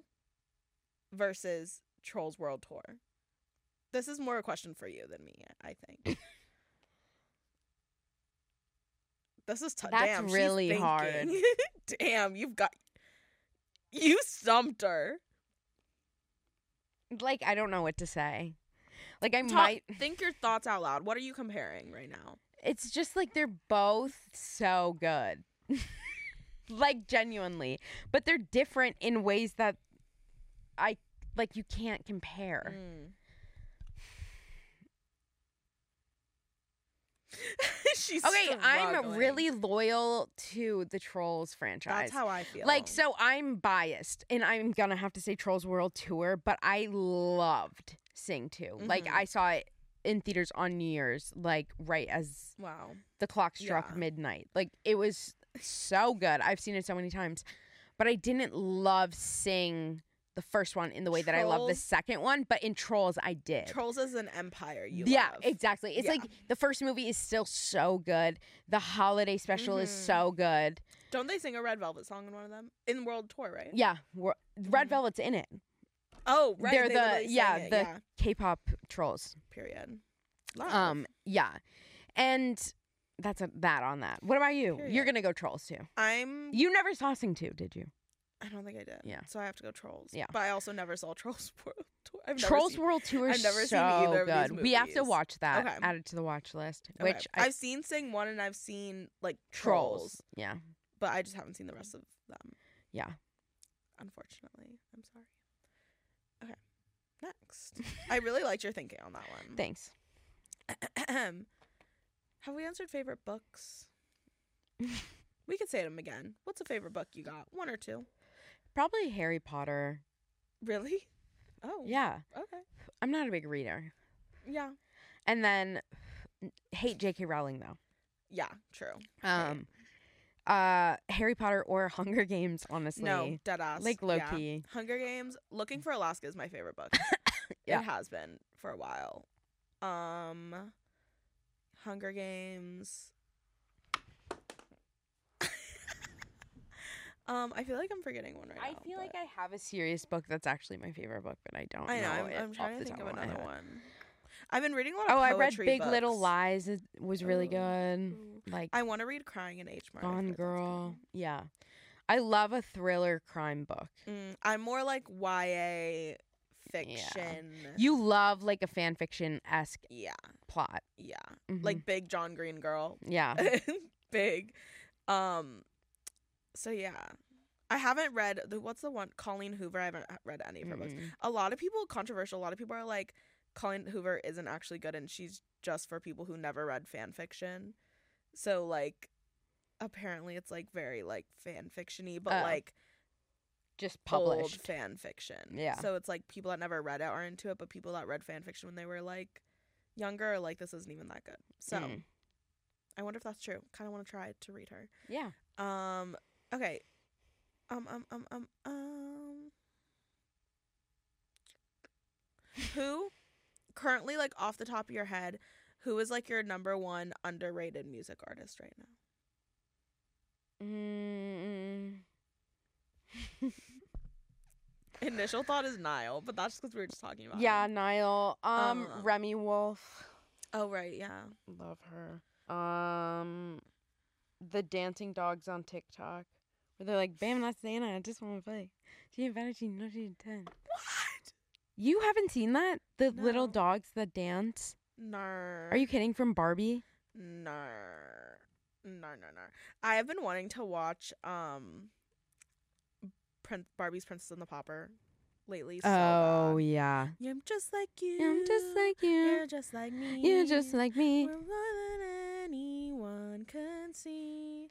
Speaker 2: versus Trolls World Tour. This is more a question for you than me, I think. this is t-
Speaker 1: That's
Speaker 2: damn. she's
Speaker 1: really hard.
Speaker 2: thinking. [laughs] damn, you've got you stumped her.
Speaker 1: Like I don't know what to say. Like I
Speaker 2: Talk-
Speaker 1: might.
Speaker 2: think your thoughts out loud. What are you comparing right now?
Speaker 1: It's just like they're both so good. [laughs] like genuinely, but they're different in ways that I like. You can't compare.
Speaker 2: Mm.
Speaker 1: [laughs]
Speaker 2: She's
Speaker 1: Okay, I'm
Speaker 2: struggling.
Speaker 1: really loyal to the Trolls franchise.
Speaker 2: That's how I feel.
Speaker 1: like so I'm biased and I'm going to have to say Trolls World Tour, but I loved Sing 2. Like
Speaker 2: Mhm.
Speaker 1: I saw it in theaters on New Year's like right as
Speaker 2: wow.
Speaker 1: the clock struck
Speaker 2: Yeah.
Speaker 1: midnight. Like it was so good. I've seen it so many times. But I didn't love Sing the first one in the way that I love the
Speaker 2: Trolls-
Speaker 1: second one, but in Trolls I did.
Speaker 2: Trolls is an empire. You
Speaker 1: yeah,
Speaker 2: love.
Speaker 1: exactly. It's
Speaker 2: Yeah.
Speaker 1: like the first movie is still so good. The holiday special is
Speaker 2: Mhm.
Speaker 1: so good.
Speaker 2: Don't they sing a Red Velvet song in one of them in World Tour? Right.
Speaker 1: Yeah, we're- Red
Speaker 2: Mhm.
Speaker 1: Velvet's in it.
Speaker 2: Oh, right.
Speaker 1: They're
Speaker 2: they
Speaker 1: the-
Speaker 2: literally sang
Speaker 1: yeah,
Speaker 2: it,
Speaker 1: the-
Speaker 2: yeah.
Speaker 1: K-pop trolls.
Speaker 2: Period. Love.
Speaker 1: Um, yeah, and that's a, that on that. What about you? You're
Speaker 2: Period.
Speaker 1: gonna go trolls too.
Speaker 2: I'm.
Speaker 1: You never saw Sing two, did you?
Speaker 2: I don't think I did.
Speaker 1: Yeah.
Speaker 2: So I have to go Trolls.
Speaker 1: Yeah.
Speaker 2: But I also never saw [laughs] Trolls World Tour. I've never
Speaker 1: trolls
Speaker 2: seen-
Speaker 1: World Tour is
Speaker 2: I've never
Speaker 1: so
Speaker 2: seen either of these
Speaker 1: good. We have to
Speaker 2: movies.
Speaker 1: watch that.
Speaker 2: Okay.
Speaker 1: Add it to the watch list.
Speaker 2: Okay.
Speaker 1: Which I,
Speaker 2: I've seen Sing One and I've seen like
Speaker 1: trolls.
Speaker 2: Trolls.
Speaker 1: Yeah,
Speaker 2: but I just haven't seen the rest of them.
Speaker 1: Yeah.
Speaker 2: Unfortunately. I'm sorry. Okay. Next. I really liked your thinking on that one.
Speaker 1: thanks.
Speaker 2: Have we answered favorite
Speaker 1: [laughs]
Speaker 2: books? we could say them again. What's a favorite book you got? One or two?
Speaker 1: Probably Harry Potter.
Speaker 2: Really? Oh.
Speaker 1: Yeah,
Speaker 2: Okay.
Speaker 1: I'm not a big reader.
Speaker 2: Yeah.
Speaker 1: And then hate J.K. Rowling though.
Speaker 2: Yeah, true.
Speaker 1: Um, uh, Harry Potter or [laughs] Hunger Games, honestly.
Speaker 2: No, dead ass.
Speaker 1: Like low key.
Speaker 2: Hunger Games, Looking for Alaska is my favorite book.
Speaker 1: [laughs] Yeah.
Speaker 2: It has been for a while. Um Hunger Games. [laughs] um, I feel like I'm forgetting one right
Speaker 1: I
Speaker 2: now.
Speaker 1: feel like
Speaker 2: but-
Speaker 1: I have a serious book that's actually my favorite book, but I don't
Speaker 2: I know.
Speaker 1: know.
Speaker 2: I'm,
Speaker 1: it
Speaker 2: I'm
Speaker 1: off
Speaker 2: trying
Speaker 1: the
Speaker 2: to think
Speaker 1: top
Speaker 2: of
Speaker 1: my
Speaker 2: another
Speaker 1: head.
Speaker 2: one. I've been reading a lot of
Speaker 1: Oh, I
Speaker 2: poetry
Speaker 1: read Big Little
Speaker 2: books.
Speaker 1: Lies. It was really
Speaker 2: Ooh,
Speaker 1: good.
Speaker 2: ooh.
Speaker 1: Like
Speaker 2: I want to read Crying in H. Mart. I feel
Speaker 1: Gone
Speaker 2: like that's
Speaker 1: Girl. Yeah. I love a thriller crime book.
Speaker 2: good. Mm, I'm more like YA fiction.
Speaker 1: You love like a fan fiction esque
Speaker 2: Yeah.
Speaker 1: plot.
Speaker 2: Yeah.
Speaker 1: Mhm.
Speaker 2: Like big John Green girl.
Speaker 1: yeah.
Speaker 2: [laughs] big. Um, so yeah, I haven't read the what's the one Colleen Hoover. I haven't h- read any of her books.
Speaker 1: Mm-mm.
Speaker 2: A lot of people controversial. A lot of people are like Colleen Hoover isn't actually good, and she's just for people who never read fan fiction. So like, apparently it's like very like fan fictiony, but
Speaker 1: Oh.
Speaker 2: like
Speaker 1: Just
Speaker 2: old
Speaker 1: published.
Speaker 2: fan fiction.
Speaker 1: Yeah.
Speaker 2: So it's like people that never read it are into it, but people that read fan fiction when they were like younger are like this isn't even that good. So.
Speaker 1: Mm.
Speaker 2: I wonder if that's true. Kind of want to try to read her.
Speaker 1: Yeah.
Speaker 2: Um. Okay. Um. Um. Um. Um. Um. who currently, like off the top of your head, who is like your number one underrated music artist right now?
Speaker 1: Mm.
Speaker 2: Initial thought is Niall, but that's because we were just talking about.
Speaker 1: Yeah,
Speaker 2: him.
Speaker 1: Niall. Um,
Speaker 2: Um,
Speaker 1: Remy Wolf.
Speaker 2: Oh right. Yeah.
Speaker 1: Love her. Um, the dancing dogs on TikTok, where they're like, "Bam, that's Anna. I just want to play. She invited you, no, she did ten.
Speaker 2: What?
Speaker 1: You haven't seen that? The little
Speaker 2: No.
Speaker 1: dogs that dance.
Speaker 2: Nar.
Speaker 1: Are you kidding? From Barbie?
Speaker 2: Nar. Nar, nar, nar. I have been wanting to watch um, Prin- Barbie's Princess and the Popper lately. So
Speaker 1: oh
Speaker 2: bad.
Speaker 1: yeah.
Speaker 2: I'm just like you.
Speaker 1: I'm just like
Speaker 2: You're
Speaker 1: you.
Speaker 2: just like me.
Speaker 1: You're just like me.
Speaker 2: We're more than anyone can see.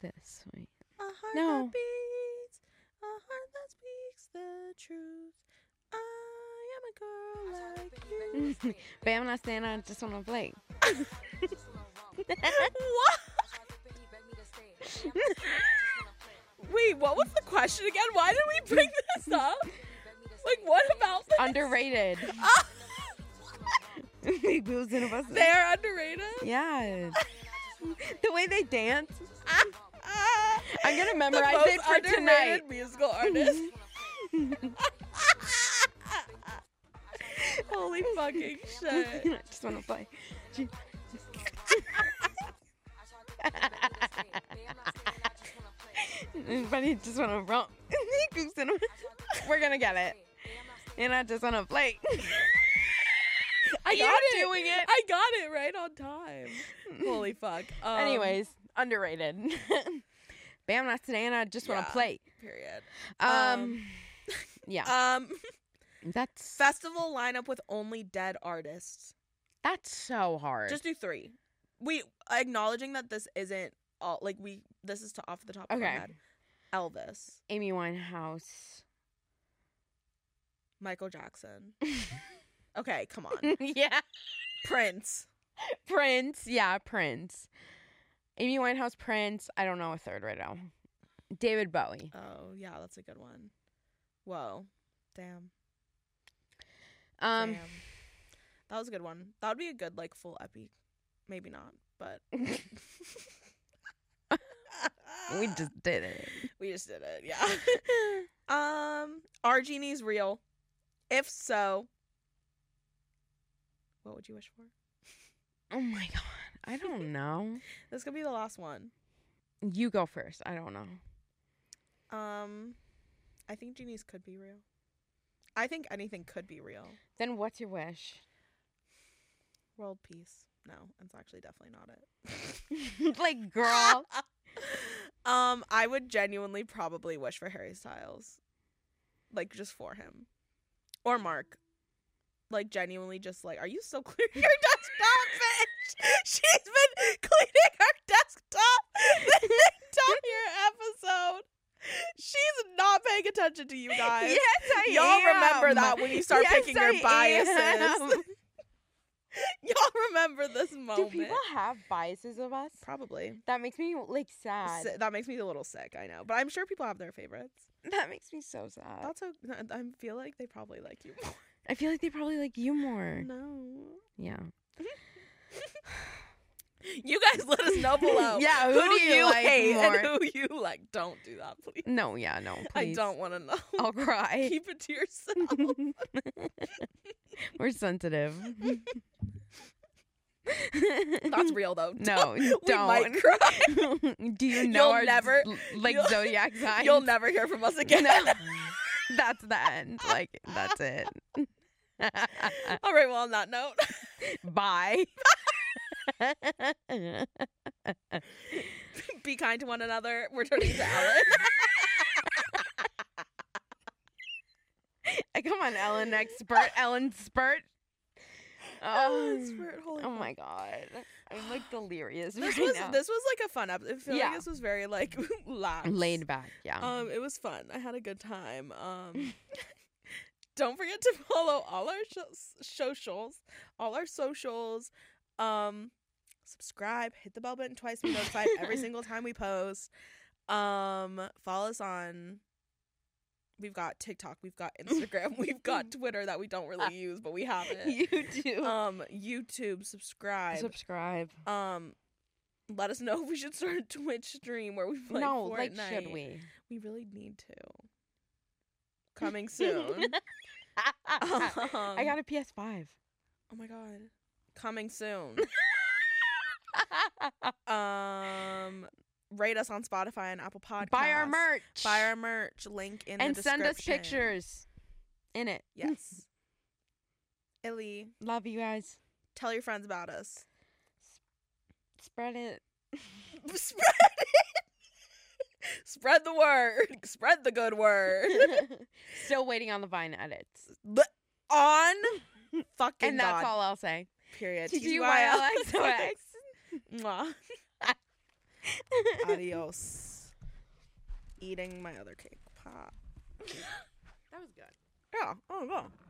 Speaker 1: This sweet.
Speaker 2: A heart
Speaker 1: No.
Speaker 2: that beats, a heart that speaks the truth. I am a girl like you. [laughs]
Speaker 1: [laughs] Bam, I stand. I just wanna [laughs] play.
Speaker 2: Wait, what was the question again? Why did we bring this up? Like, what about this?
Speaker 1: [laughs]
Speaker 2: [laughs] Ah,
Speaker 1: Underrated. Big boobs in a bus.
Speaker 2: They're underrated.
Speaker 1: Yeah. the way they dance.
Speaker 2: Ah,
Speaker 1: I'm gonna
Speaker 2: the
Speaker 1: memorize
Speaker 2: most
Speaker 1: it for
Speaker 2: underrated
Speaker 1: tonight. [laughs]
Speaker 2: Musical artist. Holy fucking shit.
Speaker 1: [laughs] I just wanna play. Everybody just wanna romp. [laughs] Big boobs in a bus. We're gonna get it. And I just wanna play.
Speaker 2: I
Speaker 1: You're
Speaker 2: got it.
Speaker 1: doing it.
Speaker 2: I got it right on time. Holy fuck. Um,
Speaker 1: [laughs] Anyways, underrated. [laughs] Bam, not today, and I just want to
Speaker 2: Yeah.
Speaker 1: play.
Speaker 2: Period.
Speaker 1: Um,
Speaker 2: Um,
Speaker 1: yeah,
Speaker 2: Um, [laughs]
Speaker 1: that's
Speaker 2: festival lineup with only dead artists.
Speaker 1: that's so hard.
Speaker 2: Just do three. We acknowledging that this isn't all like we. This is to off the top of our
Speaker 1: Okay.
Speaker 2: head. Elvis,
Speaker 1: Amy Winehouse. [laughs]
Speaker 2: Michael Jackson. okay, come on. [laughs]
Speaker 1: yeah,
Speaker 2: Prince.
Speaker 1: Prince. Yeah, Prince. Amy Winehouse, Prince. I don't know a third right now. David Bowie.
Speaker 2: Oh yeah, that's a good one. Whoa, damn.
Speaker 1: Um,
Speaker 2: damn. That was a good one. That would be a good like full epi. Maybe not, but
Speaker 1: [laughs] we just did it.
Speaker 2: we just did it. Yeah. [laughs] um, are genies real? If so, what would you wish for?
Speaker 1: Oh my god, I don't know.
Speaker 2: This could be the last one.
Speaker 1: You go first. I don't know.
Speaker 2: Um, I think genies could be real. I think anything could be real.
Speaker 1: Then what's your
Speaker 2: [laughs]
Speaker 1: wish?
Speaker 2: World peace. No, it's actually definitely not it. [laughs]
Speaker 1: like, girl.
Speaker 2: um, I would genuinely probably wish for Harry Styles, like just for him, or Mark. Like genuinely, just like, are you still [laughs] cleaning your desktop, bitch? [laughs] She's been cleaning her desktop [laughs] the entire episode. She's not paying attention
Speaker 1: [laughs]
Speaker 2: to you guys.
Speaker 1: Yes, I
Speaker 2: Y'all remember
Speaker 1: am.
Speaker 2: that when you start
Speaker 1: Yes,
Speaker 2: picking your
Speaker 1: I
Speaker 2: biases. [laughs]
Speaker 1: am.
Speaker 2: Y'all remember this
Speaker 1: Do
Speaker 2: moment?
Speaker 1: people have biases of us?
Speaker 2: probably?
Speaker 1: That makes me like sad.
Speaker 2: Si- that makes me a little sick. I know, but I'm sure people have their favorites.
Speaker 1: That makes me so sad.
Speaker 2: That's o- I I feel like they probably like you more.
Speaker 1: I feel like they probably like you more.
Speaker 2: No.
Speaker 1: Yeah.
Speaker 2: You guys let us know below.
Speaker 1: [laughs] Yeah,
Speaker 2: Who,
Speaker 1: who
Speaker 2: do,
Speaker 1: do
Speaker 2: you,
Speaker 1: you like
Speaker 2: hate and
Speaker 1: more?
Speaker 2: who you like? Don't do that, please.
Speaker 1: No, yeah, no.
Speaker 2: I
Speaker 1: Please.
Speaker 2: don't want to know.
Speaker 1: I'll cry.
Speaker 2: [laughs] Keep it
Speaker 1: [laughs]
Speaker 2: to yourself. [laughs]
Speaker 1: We're sensitive.
Speaker 2: That's real though.
Speaker 1: [laughs] No,
Speaker 2: [laughs] we might
Speaker 1: don't.
Speaker 2: cry. [laughs]
Speaker 1: do you know
Speaker 2: You'll
Speaker 1: our
Speaker 2: never-
Speaker 1: l- like
Speaker 2: you'll- [laughs]
Speaker 1: zodiac signs?
Speaker 2: You'll never hear from us again.
Speaker 1: No. [laughs] That's the end. Like that's it.
Speaker 2: [laughs] All right. Well, on that note, [laughs]
Speaker 1: Bye. [laughs]
Speaker 2: be kind to one another. We're turning to Ellen.
Speaker 1: [laughs]
Speaker 2: [laughs]
Speaker 1: Come on, Ellen expert. Ellen spurt. Oh,
Speaker 2: Ellen Spirit, holy
Speaker 1: oh
Speaker 2: fuck.
Speaker 1: my god. I'm like delirious
Speaker 2: This
Speaker 1: right
Speaker 2: was
Speaker 1: now.
Speaker 2: this was like a fun episode. I feel
Speaker 1: Yeah.
Speaker 2: like this was very like [laughs] lax.
Speaker 1: laid back, yeah.
Speaker 2: Um, it was fun. I had a good time. Um, [laughs] don't forget to follow all our sho- socials, all our socials. Um, subscribe, hit the bell button twice, be notified every single time we post. Um, follow us on. We've got TikTok, we've got Instagram, [laughs] we've got Twitter that we don't really use, but we have it.
Speaker 1: [laughs] you do
Speaker 2: Um, YouTube, subscribe.
Speaker 1: subscribe.
Speaker 2: um, let us know if we should start a Twitch stream where [laughs] we play
Speaker 1: no,
Speaker 2: Fortnite.
Speaker 1: like should we?
Speaker 2: We really need to. Coming soon.
Speaker 1: [laughs]
Speaker 2: Um,
Speaker 1: I got a PS5.
Speaker 2: Oh my god. Coming soon. [laughs] um rate us on Spotify and Apple Podcasts.
Speaker 1: Buy our merch.
Speaker 2: Buy our merch. Link in
Speaker 1: and
Speaker 2: the
Speaker 1: send us
Speaker 2: description.
Speaker 1: pictures in it.
Speaker 2: Yes. Illy.
Speaker 1: Love you guys.
Speaker 2: Tell your friends about us. [laughs]
Speaker 1: Spread it. [laughs]
Speaker 2: Spread it. Spread the word. Spread the good word.
Speaker 1: [laughs] Still waiting on the Vine edits.
Speaker 2: But on fucking
Speaker 1: And that's
Speaker 2: God.
Speaker 1: all I'll say.
Speaker 2: Period.
Speaker 1: TGYLXOX.
Speaker 2: Mwah. Adios. Eating my other cake pop.
Speaker 1: [laughs] That was good.
Speaker 2: Yeah. Oh, my God.